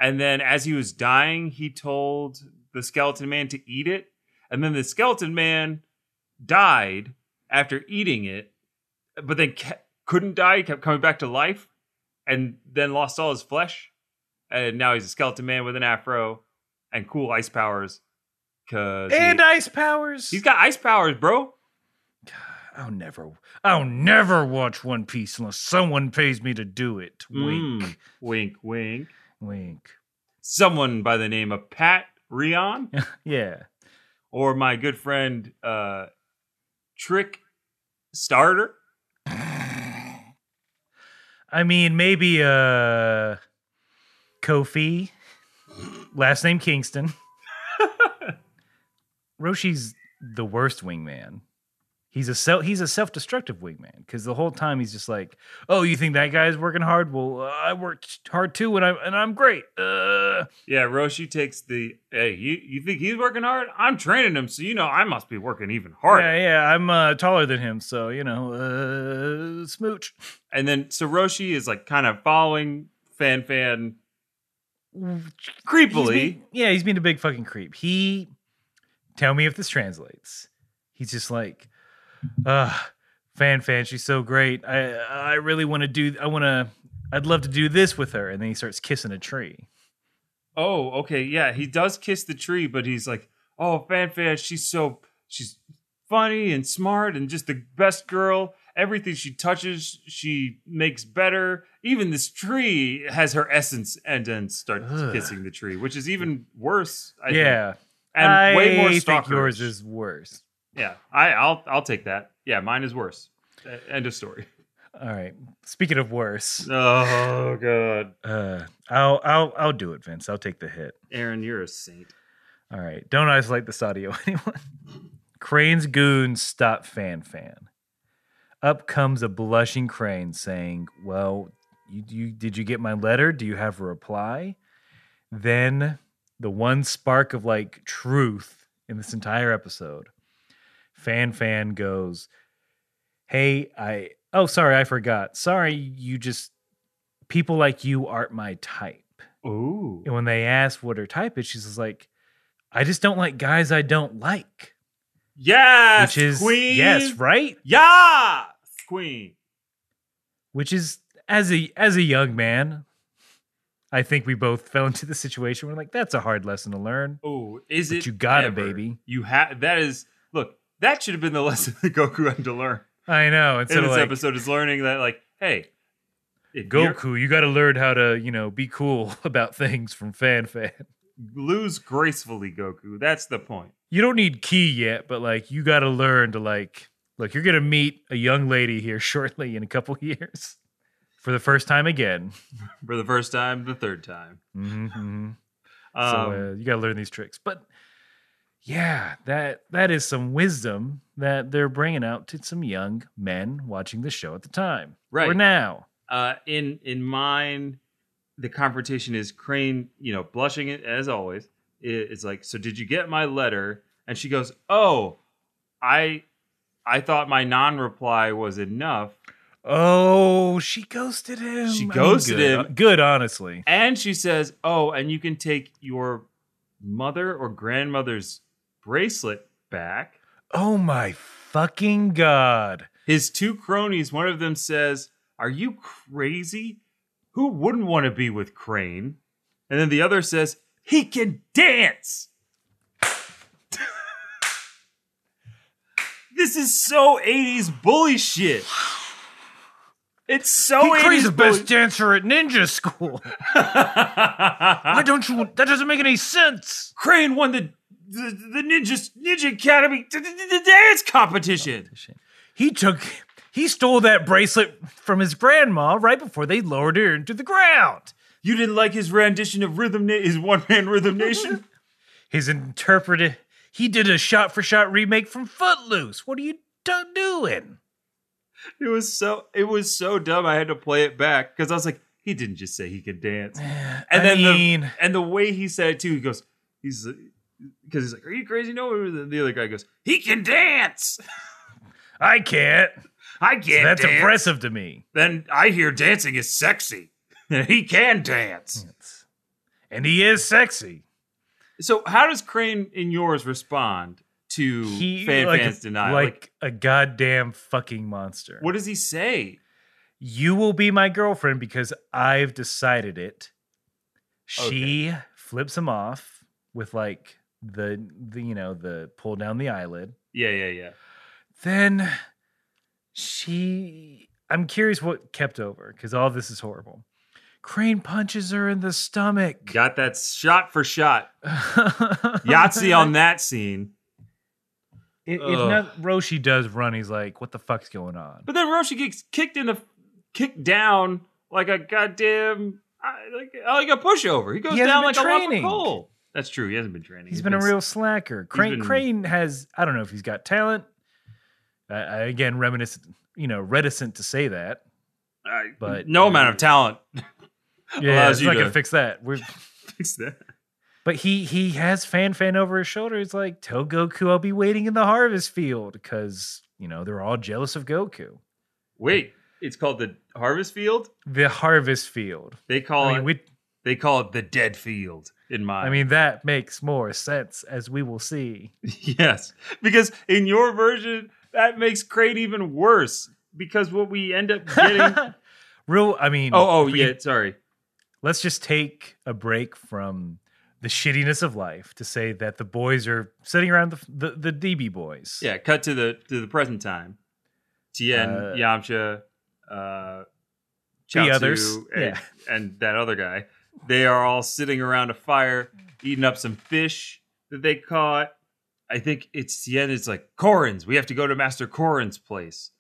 Speaker 1: And then as he was dying, he told the skeleton man to eat it. And then the skeleton man died after eating it, but then ke- couldn't die, kept coming back to life, and then lost all his flesh. And now he's a skeleton man with an afro and cool ice powers. Cause
Speaker 2: And
Speaker 1: he,
Speaker 2: ice powers.
Speaker 1: he's got ice powers, bro.
Speaker 2: I'll never, I'll never watch One Piece unless someone pays me to do it. Wink,
Speaker 1: Mm. Wink, wink.
Speaker 2: wink.
Speaker 1: Someone by the name of Pat Rion.
Speaker 2: Yeah,
Speaker 1: or my good friend uh, Trick Starter.
Speaker 2: I mean maybe uh, Kofi, last name Kingston. Roshi's the worst wingman. He's a self he's a self destructive wingman because the whole time he's just like, oh, you think that guy's working hard? Well, uh, I worked hard too, and I'm and I'm great. Uh.
Speaker 1: Yeah, Roshi takes the hey, you, you think he's working hard? I'm training him, so you know I must be working even harder.
Speaker 2: Yeah, yeah, I'm uh, taller than him, so you know, uh, smooch.
Speaker 1: And then so Roshi is like kind of following Fan Fan
Speaker 2: He's
Speaker 1: creepily.
Speaker 2: being- yeah, he's being a big fucking creep. He tell me if this translates. He's just like, uh, fan fan, she's so great. I I really want to do I wanna I'd love to do this with her. And then he starts kissing a tree.
Speaker 1: oh, okay, yeah, he does kiss the tree, but he's like, oh, Fan Fan, she's so she's funny and smart and just the best girl. Everything she touches, she makes better. Even this tree has her essence, and then starts
Speaker 2: Ugh.
Speaker 1: kissing the tree, which is even worse. I think.
Speaker 2: yeah.
Speaker 1: and
Speaker 2: I
Speaker 1: way more
Speaker 2: think yours
Speaker 1: stalkerish.
Speaker 2: is worse.
Speaker 1: Yeah, I, I'll I'll take that. Yeah, mine is worse. E- End of story.
Speaker 2: All right. Speaking of worse,
Speaker 1: Oh god,
Speaker 2: uh, I'll I'll I'll do it, Vince. I'll take the hit.
Speaker 1: Aaron, you're a saint.
Speaker 2: All right. Don't isolate this audio, anyone. Crane's goons stop fan fan. Up comes a blushing crane saying, Well, you, you did you get my letter? Do you have a reply? Then the one spark of like truth in this entire episode. Fan fan goes, Hey, I oh sorry, I forgot. Sorry, you just people like you aren't my type.
Speaker 1: Ooh,
Speaker 2: And when they asked what her type is, she's just like, I just don't like guys I don't like.
Speaker 1: yes,
Speaker 2: which is
Speaker 1: queen.
Speaker 2: yes, right?
Speaker 1: yeah, queen.
Speaker 2: Which is as a as a young man, I think we both fell into the situation where like that's a hard lesson to learn.
Speaker 1: Oh, is
Speaker 2: But
Speaker 1: it?
Speaker 2: you got it,
Speaker 1: ever.
Speaker 2: baby.
Speaker 1: You have that is look. That should have been the lesson that Goku had to learn
Speaker 2: I know.
Speaker 1: in
Speaker 2: Instead
Speaker 1: this
Speaker 2: of like
Speaker 1: episode. Is learning that like, hey, if you're-
Speaker 2: Goku, you got to learn how to you know be cool about things from fan fan.
Speaker 1: lose gracefully, Goku. That's the point.
Speaker 2: You don't need key yet, but like you got to learn to like look. You're gonna meet a young lady here shortly in a couple years for the first time again.
Speaker 1: For the first time, the third time.
Speaker 2: Mhm, mhm.
Speaker 1: Um,
Speaker 2: so uh, you got to learn these tricks. But yeah, that that is some wisdom that they're bringing out to some young men watching the show at the time
Speaker 1: right
Speaker 2: or now.
Speaker 1: uh, in in mine, the confrontation is Crane, you know, blushing it as always. It- It's like, so did you get my letter? And she goes, oh, I, I thought my non-reply was enough.
Speaker 2: Oh, she ghosted him.
Speaker 1: She
Speaker 2: I mean,
Speaker 1: ghosted
Speaker 2: good,
Speaker 1: him.
Speaker 2: Good, honestly.
Speaker 1: And she says, oh, and you can take your mother or grandmother's bracelet back.
Speaker 2: Oh my fucking god.
Speaker 1: His two cronies, one of them says, Are you crazy? Who wouldn't want to be with Crane? And then the other says, He can dance. this is so 80s bully shit. It's so
Speaker 2: he He's the
Speaker 1: 80s bully.
Speaker 2: best dancer at ninja school. Why don't you? That doesn't make any sense.
Speaker 1: Crane won the, the, the Ninja, Ninja Academy d- d- d- dance competition.
Speaker 2: He took, he stole that bracelet from his grandma right before they lowered her into the ground.
Speaker 1: You didn't like his rendition of Rhythm Na- his one man Rhythm Nation?
Speaker 2: his interpreted he did a shot for shot remake from footloose what are you do- doing
Speaker 1: It was so it was so dumb. I had to play it back because I was like, he didn't just say he could dance,
Speaker 2: and
Speaker 1: and then
Speaker 2: mean,
Speaker 1: the and the way he said it too, he goes, he's because he's like, are you crazy? No, and the other guy goes, he can dance.
Speaker 2: i can't
Speaker 1: I can't.
Speaker 2: So that's
Speaker 1: dance.
Speaker 2: impressive to me
Speaker 1: Then I hear dancing is sexy. he can
Speaker 2: Hmm.
Speaker 1: dance.
Speaker 2: and he is sexy
Speaker 1: So how does Crane in yours respond to
Speaker 2: he
Speaker 1: fan
Speaker 2: like,
Speaker 1: fans denial?
Speaker 2: like, a goddamn fucking monster
Speaker 1: what does he say?
Speaker 2: you will be my girlfriend because i've decided it she flips him off with like the, the you know the pull down the eyelid
Speaker 1: Yeah, yeah, yeah.
Speaker 2: then she i'm curious what kept over because all this is horrible crane punches her in the stomach
Speaker 1: Got that shot for shot. Yahtzee
Speaker 2: yahtzee
Speaker 1: on that scene.
Speaker 2: if, if
Speaker 1: Ugh.
Speaker 2: not, roshi does run he's like what the fuck's going on
Speaker 1: But then Roshi gets kicked in the kicked down like a goddamn I- like like a pushover. He goes
Speaker 2: He hasn't
Speaker 1: down
Speaker 2: been
Speaker 1: like
Speaker 2: training.
Speaker 1: a lump of coal. That's true. He hasn't been training.
Speaker 2: he's been a real slacker crane
Speaker 1: been-
Speaker 2: crane has i don't know if he's got talent I, I again reminiscent, you know, reticent to say that.
Speaker 1: I-
Speaker 2: But-
Speaker 1: uh, no amount of talent
Speaker 2: Yeah,
Speaker 1: Allows
Speaker 2: it's
Speaker 1: you
Speaker 2: not
Speaker 1: to-
Speaker 2: gonna fix that. We're,
Speaker 1: fix that.
Speaker 2: but he he has fan fan over his shoulder. He's like, "Tell Goku I'll be waiting in the harvest field," because you know they're all jealous of Goku.
Speaker 1: Wait, it's called the harvest field.
Speaker 2: The harvest field.
Speaker 1: They call
Speaker 2: I mean,
Speaker 1: it.
Speaker 2: we,
Speaker 1: they call it the dead field. In my,
Speaker 2: I mean, that makes more sense as we will see.
Speaker 1: yes, because in your version that makes Crate even worse. Because what we end up getting. oh,
Speaker 2: Real, I mean,
Speaker 1: oh
Speaker 2: if we
Speaker 1: yeah.
Speaker 2: could-
Speaker 1: Sorry.
Speaker 2: Let's just take a break from the shittiness of life to say that the boys are sitting around the the, the DB boys.
Speaker 1: Yeah. Cut to the to the present time. Tien,
Speaker 2: Uh,
Speaker 1: Yamcha, uh,
Speaker 2: The
Speaker 1: Chaozu,
Speaker 2: others,
Speaker 1: and,
Speaker 2: yeah.
Speaker 1: and that other guy. They are all sitting around a fire, eating up some fish that they caught. I think it's Tien is like Korin's. We have to go to Master Korin's place,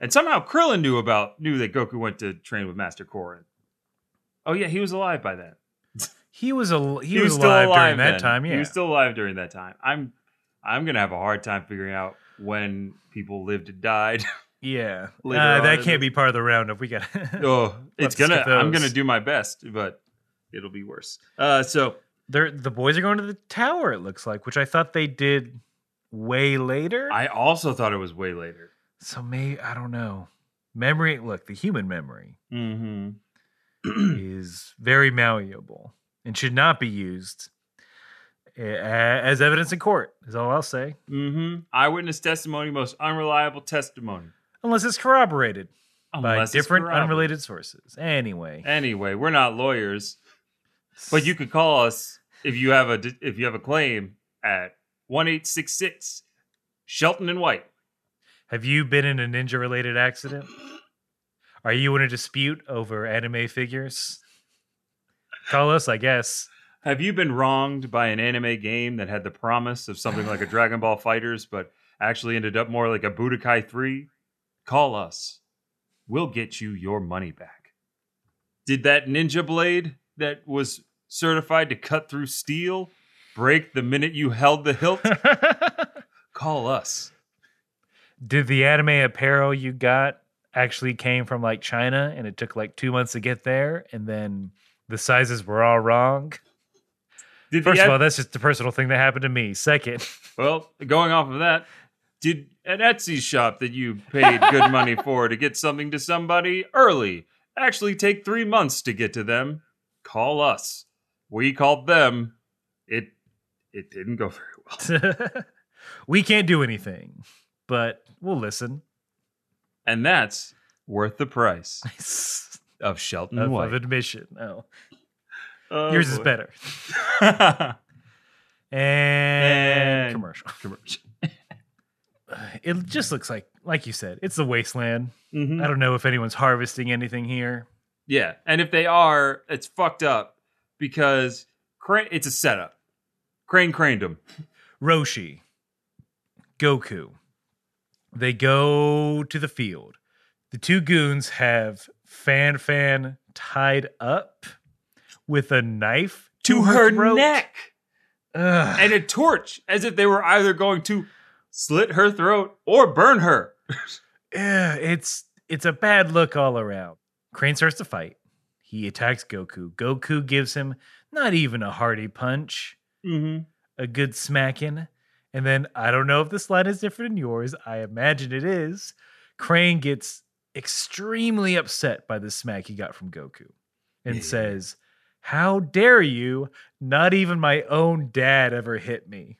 Speaker 1: and somehow Krillin knew about knew that Goku went to train with Master Korin. Oh yeah, he was alive by then.
Speaker 2: He was a he, was, alive, during that
Speaker 1: then.
Speaker 2: time. Yeah,
Speaker 1: he was still alive during that time. I'm I'm gonna have a hard time figuring out when people lived and died.
Speaker 2: yeah.
Speaker 1: Later
Speaker 2: Uh,
Speaker 1: on
Speaker 2: that
Speaker 1: in
Speaker 2: can't
Speaker 1: the-
Speaker 2: be part of the roundup. We got.
Speaker 1: oh, it's
Speaker 2: Let's skip
Speaker 1: gonna. I'm
Speaker 2: those.
Speaker 1: gonna do my best, but it'll be worse. Uh, so
Speaker 2: They're the boys are going to the tower. It looks like, which I thought they did way later.
Speaker 1: I also thought it was way later.
Speaker 2: so maybe I don't know. Memory, look, the human memory
Speaker 1: Mm-hmm.
Speaker 2: is very malleable and should not be used a- a- as evidence in court. Is all I'll say,
Speaker 1: Mm-hmm. Eyewitness testimony, most unreliable testimony.
Speaker 2: unless it's corroborated
Speaker 1: Unless it's
Speaker 2: by different
Speaker 1: corroborated.
Speaker 2: unrelated sources. Anyway,
Speaker 1: Anyway, we're not lawyers, but you could call us if you have a d- if you have a claim at one eight six six Shelton and White.
Speaker 2: have you been in a ninja related accident? Are you in a dispute over anime figures? Call us, I guess.
Speaker 1: Have you been wronged by an anime game that had the promise of something like a Dragon Ball Fighters, but actually ended up more like a Budokai 3? Call us. We'll get you your money back. Did that ninja blade that was certified to cut through steel break the minute you held the hilt? Call us.
Speaker 2: Did the anime apparel you got actually came from like China and it took like two months to get there and then the sizes were all wrong?
Speaker 1: Did the
Speaker 2: First
Speaker 1: ad-
Speaker 2: of all, that's just a personal thing that happened to me. Second,
Speaker 1: Well, going off of that, did an Etsy shop that you paid good money for to get something to somebody early actually take three months to get to them? Call us. We called them. It it didn't go very well.
Speaker 2: we can't do anything, but we'll listen.
Speaker 1: And that's worth the price of Shelton
Speaker 2: of,
Speaker 1: White.
Speaker 2: of admission. Oh,
Speaker 1: Oh,
Speaker 2: yours is
Speaker 1: boy. Mm-hmm.
Speaker 2: better. And,
Speaker 1: And-
Speaker 2: commercial.
Speaker 1: Commercial.
Speaker 2: It just looks like, like you said, it's the wasteland.
Speaker 1: Mhm.
Speaker 2: I don't know if anyone's harvesting anything here.
Speaker 1: Yeah, and if they are, it's fucked up because Crane. It's a setup. Crane craned him.
Speaker 2: Roshi, Goku, they go to the field. The two goons have Fan Fan tied up with a knife
Speaker 1: to her
Speaker 2: throat.
Speaker 1: neck.
Speaker 2: Ugh.
Speaker 1: and a torch as if they were either going to slit her throat or burn her.
Speaker 2: Ugh, it's it's a bad look all around. Crane starts to fight. He attacks Goku. Goku gives him not even a hearty punch,
Speaker 1: Mm-hmm.
Speaker 2: a good smacking. And then I don't know if this line is different than yours. I imagine it is. Crane gets extremely upset by the smack he got from Goku and
Speaker 1: Yeah.
Speaker 2: says, How dare you? Not even my own dad ever hit me.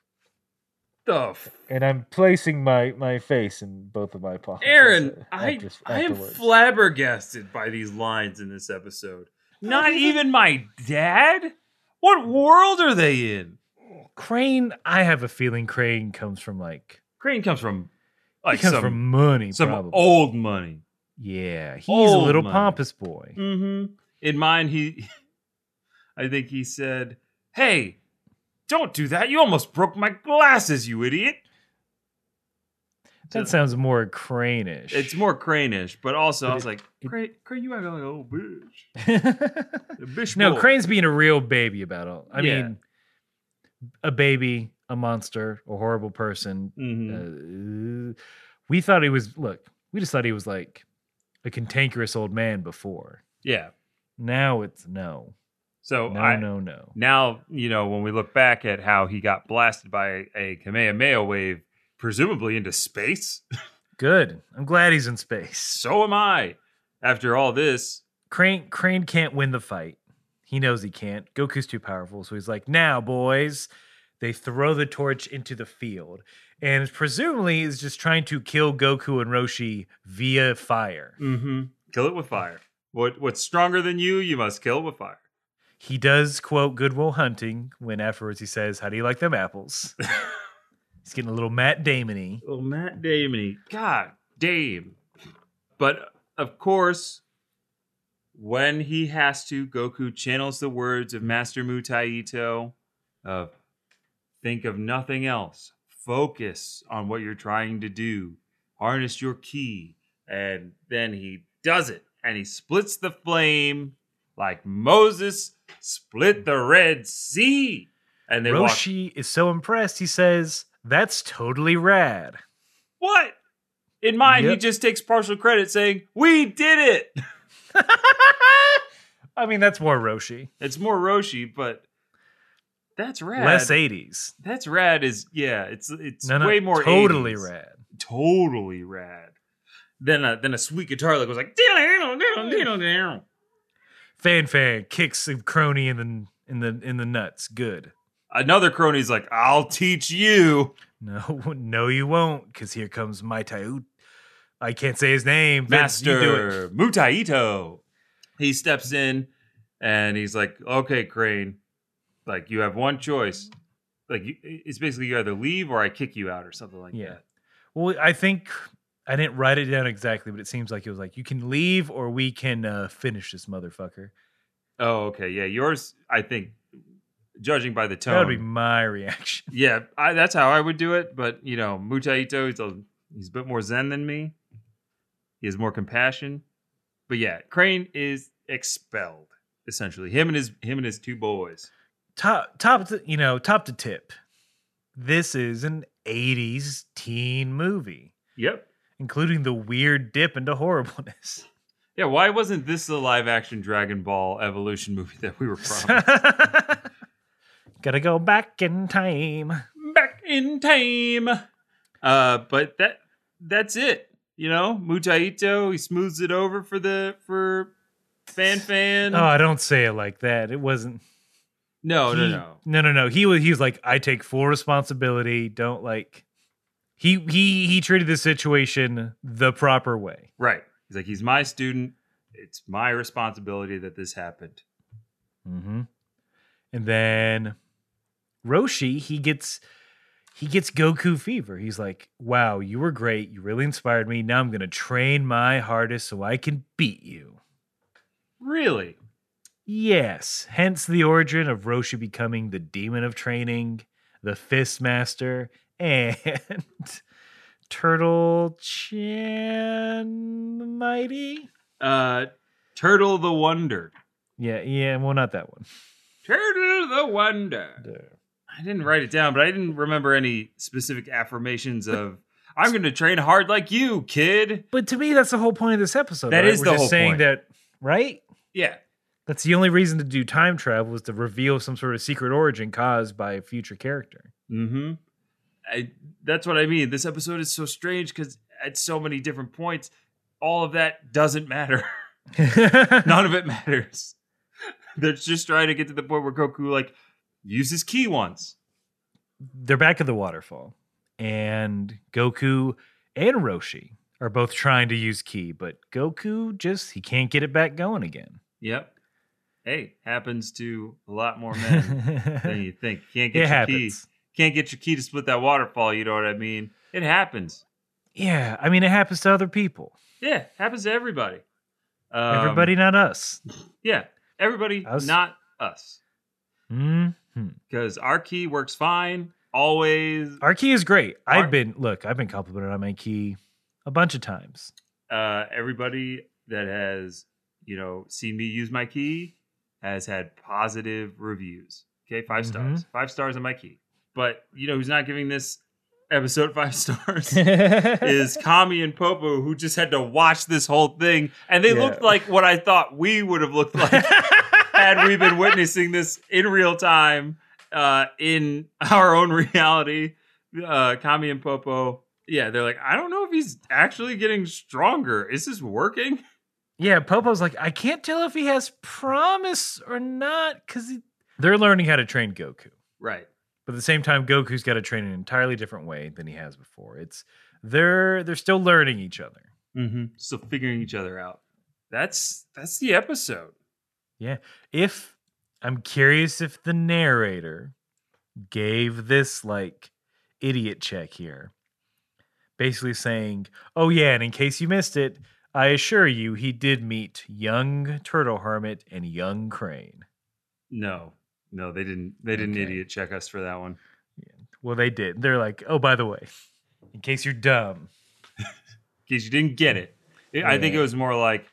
Speaker 1: The f-
Speaker 2: And I'm placing my, my face in both of my pockets. uh,
Speaker 1: Aaron, I, I am flabbergasted by these lines in this episode. Not even my dad? What world are they in?
Speaker 2: Crane, I have a feeling Crane comes from like,
Speaker 1: Crane comes from
Speaker 2: he
Speaker 1: like
Speaker 2: comes
Speaker 1: some,
Speaker 2: from money,
Speaker 1: some
Speaker 2: probably.
Speaker 1: old money.
Speaker 2: yeah, he's a
Speaker 1: old
Speaker 2: little
Speaker 1: money.
Speaker 2: pompous boy.
Speaker 1: Mm-hmm. In mine, he, I think he said, "Hey, don't do that. You almost broke my glasses, you idiot."
Speaker 2: That
Speaker 1: So-
Speaker 2: sounds more Crane-ish.
Speaker 1: It's more crane-ish, but also I
Speaker 2: But
Speaker 1: was
Speaker 2: it-
Speaker 1: like,
Speaker 2: it-
Speaker 1: crane, crane, you act like a little bitch. A bitch
Speaker 2: no,
Speaker 1: boy.
Speaker 2: Crane's being a real baby about all. I
Speaker 1: Yeah.
Speaker 2: mean,
Speaker 1: Mm-hmm.
Speaker 2: a baby, a monster, a horrible person.
Speaker 1: Mhm.
Speaker 2: uh, We thought he was look. We just thought he was like a cantankerous old man before.
Speaker 1: Yeah.
Speaker 2: Now it's no,
Speaker 1: So
Speaker 2: no,
Speaker 1: Oh, I,
Speaker 2: no, no.
Speaker 1: now, you know, when we look back at how he got blasted by a Kamehameha wave, presumably into space,
Speaker 2: Good. I'm glad he's in space.
Speaker 1: so am I. After all this,
Speaker 2: Crane Crane can't win the fight. He knows he can't. Goku's too powerful, so he's like, "Now, boys." They throw the torch into the field, and presumably is just trying to kill Goku and Roshi via fire.
Speaker 1: mm-hmm. kill it with fire. What What's stronger than you, you must kill with fire.
Speaker 2: He does quote Goodwill Hunting when afterwards he says, "How do you like them apples?" he's getting a little Matt Damony.
Speaker 1: Oh, Matt Damon. God damn. But of course, when he has to, Goku channels the words of Master Mutai Ito of think of nothing else. Focus on what you're trying to do. Harness your ki. And then he does it. And he splits the flame like Moses split the Red Sea. And they walk
Speaker 2: Roshi is so impressed. He says, "That's totally rad."
Speaker 1: What? In mine, he
Speaker 2: Yep.
Speaker 1: just takes partial credit saying, We did it.
Speaker 2: I mean, that's more Roshi,
Speaker 1: It's more Roshi, but that's rad.
Speaker 2: less '80s.
Speaker 1: that's rad is yeah, it's it's
Speaker 2: No, no,
Speaker 1: way more
Speaker 2: totally
Speaker 1: 80s.
Speaker 2: rad.
Speaker 1: Totally rad. Then a then a sweet guitar that goes like "Diddle, diddle, diddle, diddle."
Speaker 2: Fan fan kicks a crony in the in the in the nuts. Good.
Speaker 1: Another crony's like, I'll teach you.
Speaker 2: No, no, you won't, because here comes my Tai. I can't say his name. Vince, you do it.
Speaker 1: Master Mutaito. He steps in and he's like, "Okay, Crane, like you have one choice. Like you, it's basically you either leave or I kick you out or something like
Speaker 2: Yeah.
Speaker 1: that."
Speaker 2: Well, I think I didn't write it down exactly, but it seems like it was like you can leave or we can uh, finish this motherfucker.
Speaker 1: Oh, okay, yeah. Yours, I think, judging by the
Speaker 2: That
Speaker 1: tone,
Speaker 2: would be my reaction.
Speaker 1: yeah, I, that's how I would do it. But you know, Mutaito, he's a he's a bit more zen than me. He has more compassion. But yeah, Crane is expelled essentially. Him and his him and his two boys.
Speaker 2: Top, top, to, you know, top to tip. This is an '80s teen movie,
Speaker 1: Yep.
Speaker 2: including the weird dip into horribleness.
Speaker 1: Yeah, why wasn't this the live action Dragon Ball Evolution movie that we were promised?
Speaker 2: Gotta go back in time. Oh,
Speaker 1: Back in time. Uh, but that that's it. You know, Mutaito, he smooths it over for the for Fan Fan.
Speaker 2: Oh, I don't say it like that. It wasn't.
Speaker 1: no, Oh, no,
Speaker 2: he-
Speaker 1: no.
Speaker 2: no, no, no. He was he was like, I take full responsibility. Don't like he he he treated the situation the proper way.
Speaker 1: Right. He's like, he's my student. It's my responsibility that this happened.
Speaker 2: Mm-hmm. And then Roshi, he gets he gets Goku fever. He's like, Wow, you were great. You really inspired me. Now I'm gonna train my hardest so I can beat you.
Speaker 1: Really?
Speaker 2: Yes, hence the origin of Roshi becoming the demon of training, the fist master, and Turtle Chan Mighty.
Speaker 1: Uh Turtle the Wonder.
Speaker 2: Yeah, yeah, well, not that one.
Speaker 1: Turtle the Wonder. I didn't write it down, but I didn't remember any specific affirmations of I'm going to train hard like you, kid.
Speaker 2: But to me, that's the whole point of this episode.
Speaker 1: That
Speaker 2: That
Speaker 1: is
Speaker 2: is
Speaker 1: the whole
Speaker 2: saying
Speaker 1: point.
Speaker 2: that, right?
Speaker 1: Yeah.
Speaker 2: That's the only reason to do time travel is to reveal some sort of secret origin caused by a future character.
Speaker 1: Mhm. I that's what I mean. This episode is so strange cuz at so many different points all of that doesn't matter. None of it matters. They're just trying to get to the point where Goku like uses key once.
Speaker 2: they're back at the waterfall, and Goku and Roshi are both trying to use ki, but Goku just he can't get it back going again.
Speaker 1: Yep. Hey, happens to a lot more men than
Speaker 2: it
Speaker 1: you think. Can't get your key.
Speaker 2: happens.
Speaker 1: Can't get your key to split that waterfall, you know what I mean? It happens.
Speaker 2: Yeah, I mean it happens to other people.
Speaker 1: Yeah, happens to everybody. Um,
Speaker 2: Everybody, not us.
Speaker 1: Yeah, everybody,
Speaker 2: Us?
Speaker 1: not us.
Speaker 2: hmm
Speaker 1: Because our key works fine always.
Speaker 2: Our ki is great.
Speaker 1: Our-
Speaker 2: I've been look, I've been complimented on my ki a bunch of times.
Speaker 1: Uh, everybody that has you know seen me use my key has had positive reviews. Okay, 5
Speaker 2: Mhm.
Speaker 1: stars, five stars on my key. But you know who's not giving this episode five stars is Kami and Popo, who just had to watch this whole thing, and they
Speaker 2: Yeah.
Speaker 1: looked like what I thought we would have looked like had we been witnessing this in real time uh, in our own reality. Uh, Kami and Popo, yeah, they're like, I don't know if he's actually getting stronger. Is this working?
Speaker 2: yeah, Popo's like, I can't tell if he has promise or not because he... they're learning how to train Goku.
Speaker 1: Right.
Speaker 2: But at the same time, Goku's got to train an entirely different way than he has before. It's they're they're still learning each other.
Speaker 1: Mm-hmm. Still figuring each other out. That's that's the episode.
Speaker 2: If I'm curious if the narrator gave this like idiot check here, basically saying, "Oh yeah," and in case you missed it, I assure you, he did meet young Turtle Hermit and young Crane.
Speaker 1: No, no, they didn't. They didn't
Speaker 2: Okay.
Speaker 1: idiot check us for that one.
Speaker 2: Well, they did. They're like, "Oh, by the way, in case you're dumb,
Speaker 1: because you didn't get it. It- I think it
Speaker 2: Yeah.
Speaker 1: was more like,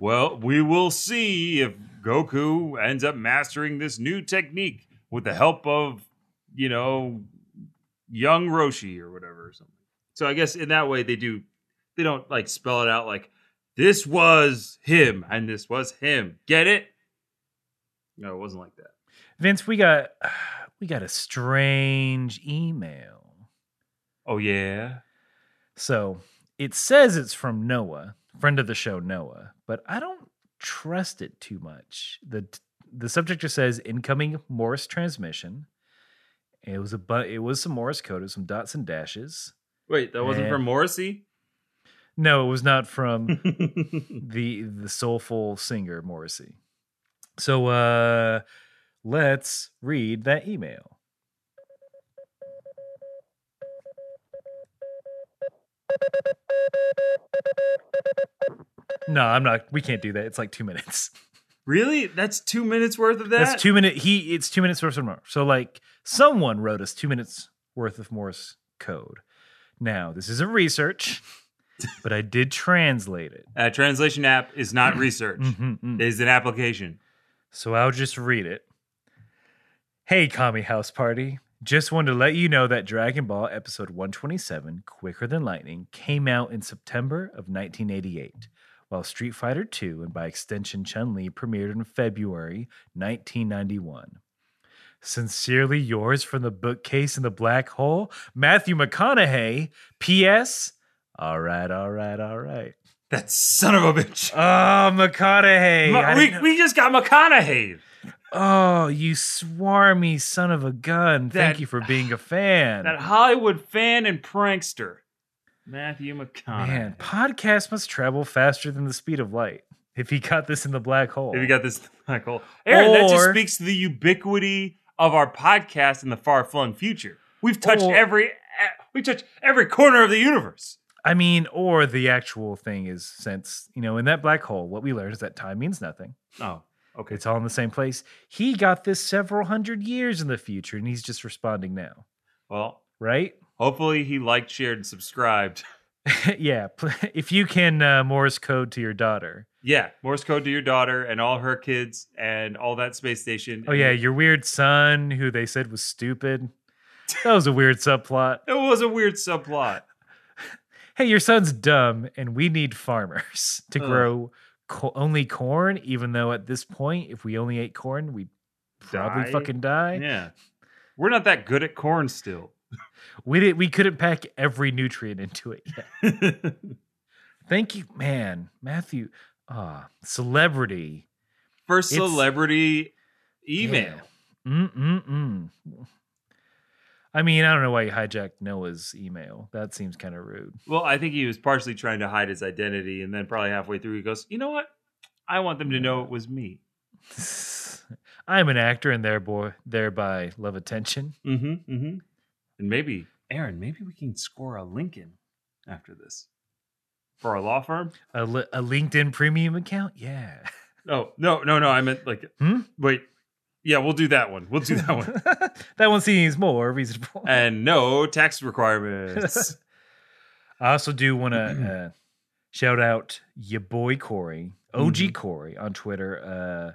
Speaker 1: well, we will see if Goku ends up mastering this new technique with the help of, you know, young Roshi or whatever or something. So I guess in that way they do they don't like spell it out like this was him and this was him. Get it? No, it wasn't like that.
Speaker 2: Vince, we got we got a strange email."
Speaker 1: Oh yeah.
Speaker 2: So it says it's from Noah, friend of the show Noah, but I don't trust it too much. the The subject just says incoming Morse transmission. It was a bu- it was some Morse code, it was some dots and dashes.
Speaker 1: Wait, that wasn't
Speaker 2: Eh.
Speaker 1: from Morrissey?
Speaker 2: No, it was not from the the soulful singer Morrissey. So uh let's read that email. No, I'm not. We can't do that. It's like two minutes.
Speaker 1: really? That's two minutes worth of that?
Speaker 2: That's two minute. He it's two minutes worth of Morse. So like someone wrote us two minutes worth of Morse code. Now this isn't research, but I did translate it.
Speaker 1: Uh, translation app is not research.
Speaker 2: Mhm, mhm.
Speaker 1: It is an application.
Speaker 2: So I'll just read it. Hey, Kami House Party. Just wanted to let you know that Dragon Ball Episode 127, Quicker Than Lightning, came out in September of 1988, while Street Fighter II and by extension Chun Li premiered in February 1991. Sincerely yours from the bookcase in the black hole, Matthew McConaughey. P.S. All right, all right, all right.
Speaker 1: That son of a bitch.
Speaker 2: Oh, McConaughey.
Speaker 1: Ma-
Speaker 2: I didn't
Speaker 1: we,
Speaker 2: know-
Speaker 1: we just got McConaughey.
Speaker 2: Oh, you swarmy son of a gun.
Speaker 1: That-
Speaker 2: Thank you for being a fan.
Speaker 1: That Hollywood fan and prankster. Matthew McConaughey.
Speaker 2: Man, podcasts must travel faster than the speed of light. If he got this in the black hole.
Speaker 1: If you got this, Michael. Aaron, that just
Speaker 2: Or-
Speaker 1: speaks to the ubiquity of our podcast in the far flung future. We've touched
Speaker 2: Or-
Speaker 1: every eh, we touched every corner of the universe.
Speaker 2: I mean, or the actual thing is since, you know, in that black hole, what we learned is that time means nothing.
Speaker 1: Oh, okay.
Speaker 2: It's all in the same place. He got this several hundred years in the future and he's just responding now,
Speaker 1: Well,
Speaker 2: right?
Speaker 1: hopefully he liked, shared, and subscribed.
Speaker 2: yeah. pl- If you can uh, Morse code to your daughter.
Speaker 1: Yeah, Morse code to your daughter and all her kids and all that space station.
Speaker 2: Oh, yeah. Your weird son who they said was stupid. That was a weird subplot.
Speaker 1: It was a weird subplot.
Speaker 2: hey, your son's dumb, and we need farmers to
Speaker 1: Ugh.
Speaker 2: grow co- only corn, even though at this point, if we only ate corn, we'd probably
Speaker 1: Die?
Speaker 2: fucking die.
Speaker 1: Yeah. We're not that good at corn still.
Speaker 2: We did, we couldn't pack every nutrient into it yet. Thank you, man, Matthew. Ah, celebrity
Speaker 1: First
Speaker 2: It's-
Speaker 1: celebrity email.
Speaker 2: Yeah. Mm mm mm. I mean, I don't know why you hijacked Noah's email. That seems kind of rude.
Speaker 1: Well, I think he was partially trying to hide his identity, and then probably halfway through he goes, "You know what? I want them to know it was me."
Speaker 2: I'm an actor and thereby thereby love attention.
Speaker 1: Mm-hmm. Mm-hmm. And maybe Aaron, maybe we can score a Lincoln after this for our law firm.
Speaker 2: A, li- a LinkedIn premium account? Yeah.
Speaker 1: No, Oh, no, no, no. I meant like,
Speaker 2: Hmm?
Speaker 1: wait, yeah, we'll do that one. We'll do that one. Uh,
Speaker 2: that one seems more reasonable.
Speaker 1: and no tax requirements.
Speaker 2: I also do want
Speaker 1: mm-hmm.
Speaker 2: to uh, shout out your boy Corey, OG
Speaker 1: Mm-hmm.
Speaker 2: Corey on Twitter. Uh,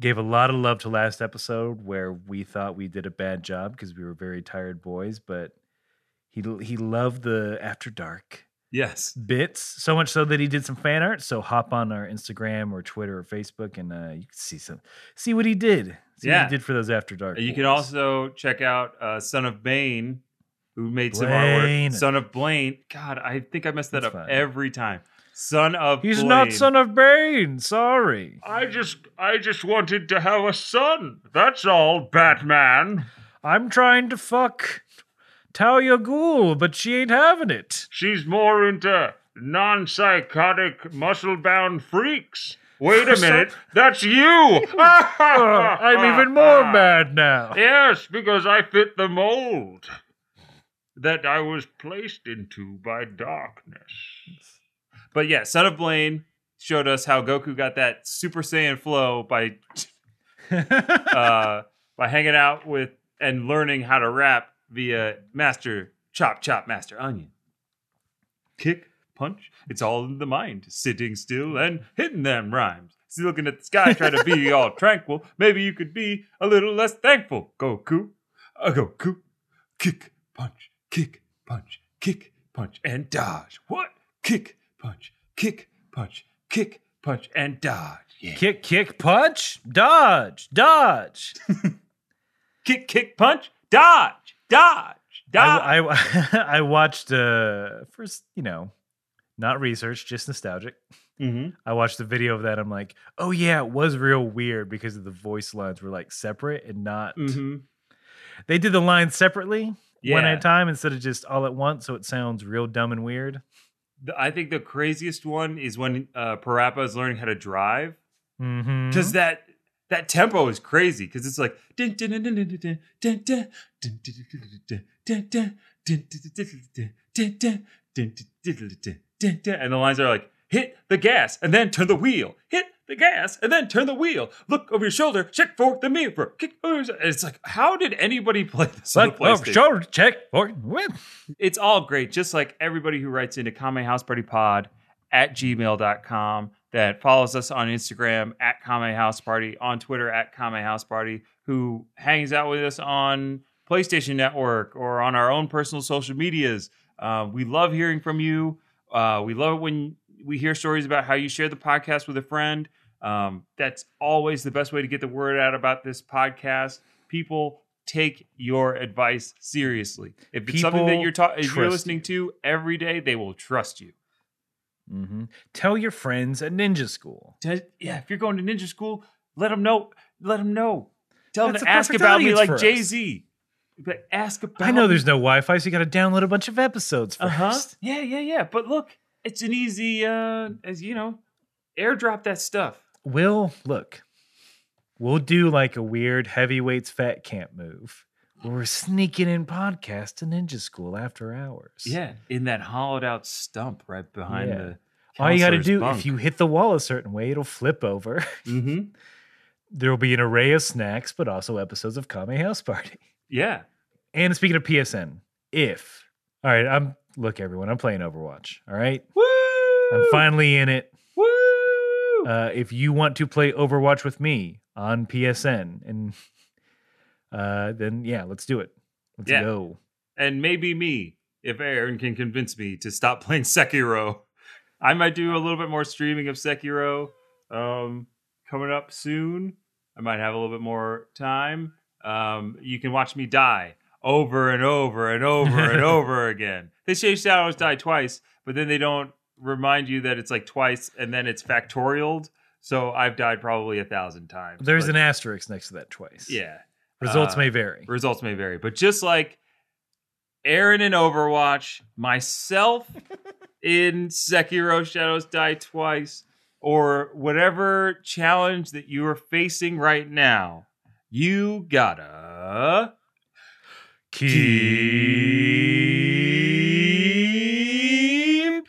Speaker 2: gave a lot of love to last episode where we thought we did a bad job because we were very tired boys, but He he loved the After Dark
Speaker 1: Yes.
Speaker 2: bits so much so that he did some fan art. So hop on our Instagram or Twitter or Facebook and uh, you can see some see what he did. See
Speaker 1: Yeah.
Speaker 2: what he did for those After Dark.
Speaker 1: And you can
Speaker 2: boys.
Speaker 1: also check out uh, Son of Bane, who made some
Speaker 2: Blaine.
Speaker 1: artwork. Son of Blaine. God, I think I mess that
Speaker 2: That's
Speaker 1: up
Speaker 2: fine.
Speaker 1: every time. Son of
Speaker 2: He's
Speaker 1: Blaine.
Speaker 2: not son of Bane. Sorry.
Speaker 1: I just I just wanted to have a son. That's all, Batman.
Speaker 2: I'm trying to fuck Talia Ghoul, but she ain't having it.
Speaker 1: She's more into non-psychotic, muscle-bound freaks. Wait
Speaker 2: a minute,
Speaker 1: that's you.
Speaker 2: Oh, I'm even more mad now.
Speaker 1: Yes, because I fit the mold that I was placed into by darkness. But yeah, Son of Blaine showed us how Goku got that Super Saiyan flow by uh, by hanging out with and learning how to rap via Master Chop Chop Master Onion. Kick, punch, it's all in the mind, sitting still and hitting them rhymes. See, looking at the sky, trying to be all tranquil. Maybe you could be a little less thankful. Goku, uh, Goku, kick, punch, kick, punch, kick, punch, and dodge. What? Kick, punch, kick, punch, kick, punch, and dodge. Yeah.
Speaker 2: kick, kick, punch, dodge, dodge.
Speaker 1: kick, kick, punch, dodge, dodge, dodge.
Speaker 2: I, I, I watched uh, first, you know, not research, just nostalgic.
Speaker 1: Mhm.
Speaker 2: I watched the video of that. I'm like, oh yeah, it was real weird because of the voice lines were like separate and not.
Speaker 1: Mhm.
Speaker 2: They did the lines separately, one
Speaker 1: Yeah.
Speaker 2: at a time, instead of just all at once. So it sounds real dumb and weird.
Speaker 1: The- I think the craziest one is when uh, Parappa is learning how to drive
Speaker 2: Mm-hmm.
Speaker 1: because that that tempo is crazy because it's like dun, dun, dun, dun, dun, dun, dun, dun, dun, dun, dun, dun, dun, dun, dun, dun, dun, dun, dun, dun, dun, dun, and the lines are like hit the gas and then turn the wheel hit the gas and then turn the wheel look over your shoulder check for the mirror kick over your- and it's like how did anybody play this on the
Speaker 2: Like, oh,
Speaker 1: PlayStation?
Speaker 2: shoulder check or whip.
Speaker 1: it's all great just like everybody who writes into common house party pod at gmail.com that follows us on instagram at common house party on twitter at common house party who hangs out with us on playstation network or on our own personal social medias uh, we love hearing from you uh, we love it when we hear stories about how you share the podcast with a friend um, that's always the best way to get the word out about this podcast people take your advice seriously if it's something that
Speaker 2: People
Speaker 1: you're ta- if you're
Speaker 2: trust
Speaker 1: listening to every day they will trust you
Speaker 2: Mm-hmm. Tell your friends at Ninja School.
Speaker 1: Te- yeah if you're going to ninja school let them know let them know tell them
Speaker 2: That's
Speaker 1: to
Speaker 2: the
Speaker 1: ask
Speaker 2: perfect
Speaker 1: about me
Speaker 2: audience for
Speaker 1: like
Speaker 2: us.
Speaker 1: jay-z but ask about
Speaker 2: I know
Speaker 1: me.
Speaker 2: there's no Wi-Fi, so you got to download a bunch of episodes 1st
Speaker 1: Uh-huh. Yeah, yeah, yeah. But look, it's an easy uh as you know, airdrop that stuff.
Speaker 2: We'll look. We'll do like a weird heavyweights fat camp move. Where we're sneaking in podcast to Ninja School after hours.
Speaker 1: Yeah, in that hollowed out stump right behind
Speaker 2: Yeah.
Speaker 1: the
Speaker 2: All you got to do, if you hit the wall a certain way, it'll flip over.
Speaker 1: hmm
Speaker 2: There will be an array of snacks, but also episodes of Kame House Party.
Speaker 1: Yeah.
Speaker 2: And speaking of PSN, if all right, I'm look everyone, I'm playing Overwatch. All right,
Speaker 1: Woo!
Speaker 2: I'm finally in it.
Speaker 1: Woo!
Speaker 2: uh, if you want to play Overwatch with me on PSN, and uh, then yeah, let's do it. Let's
Speaker 1: Yeah.
Speaker 2: go.
Speaker 1: and maybe me, if Aaron can convince me to stop playing Sekiro. I might do a little bit more streaming of Sekiro um, coming up soon. I might have a little bit more time. Um, you can watch me die over and over and over and over again. They say Shadows die twice, but then they don't remind you that it's like twice and then it's factorialed. So I've died probably a thousand times.
Speaker 2: There's
Speaker 1: but-
Speaker 2: an asterisk next to that twice.
Speaker 1: yeah.
Speaker 2: Results
Speaker 1: uh,
Speaker 2: may vary.
Speaker 1: Results may vary, but just like Aaron in Overwatch, myself in Sekiro Shadows Die Twice, or whatever challenge that you are facing right now, you gotta
Speaker 2: Keep
Speaker 1: keep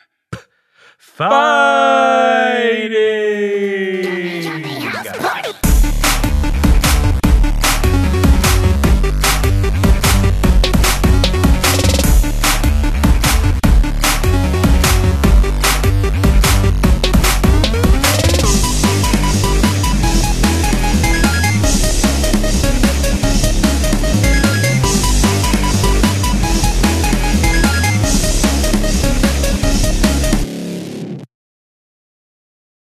Speaker 2: fighting.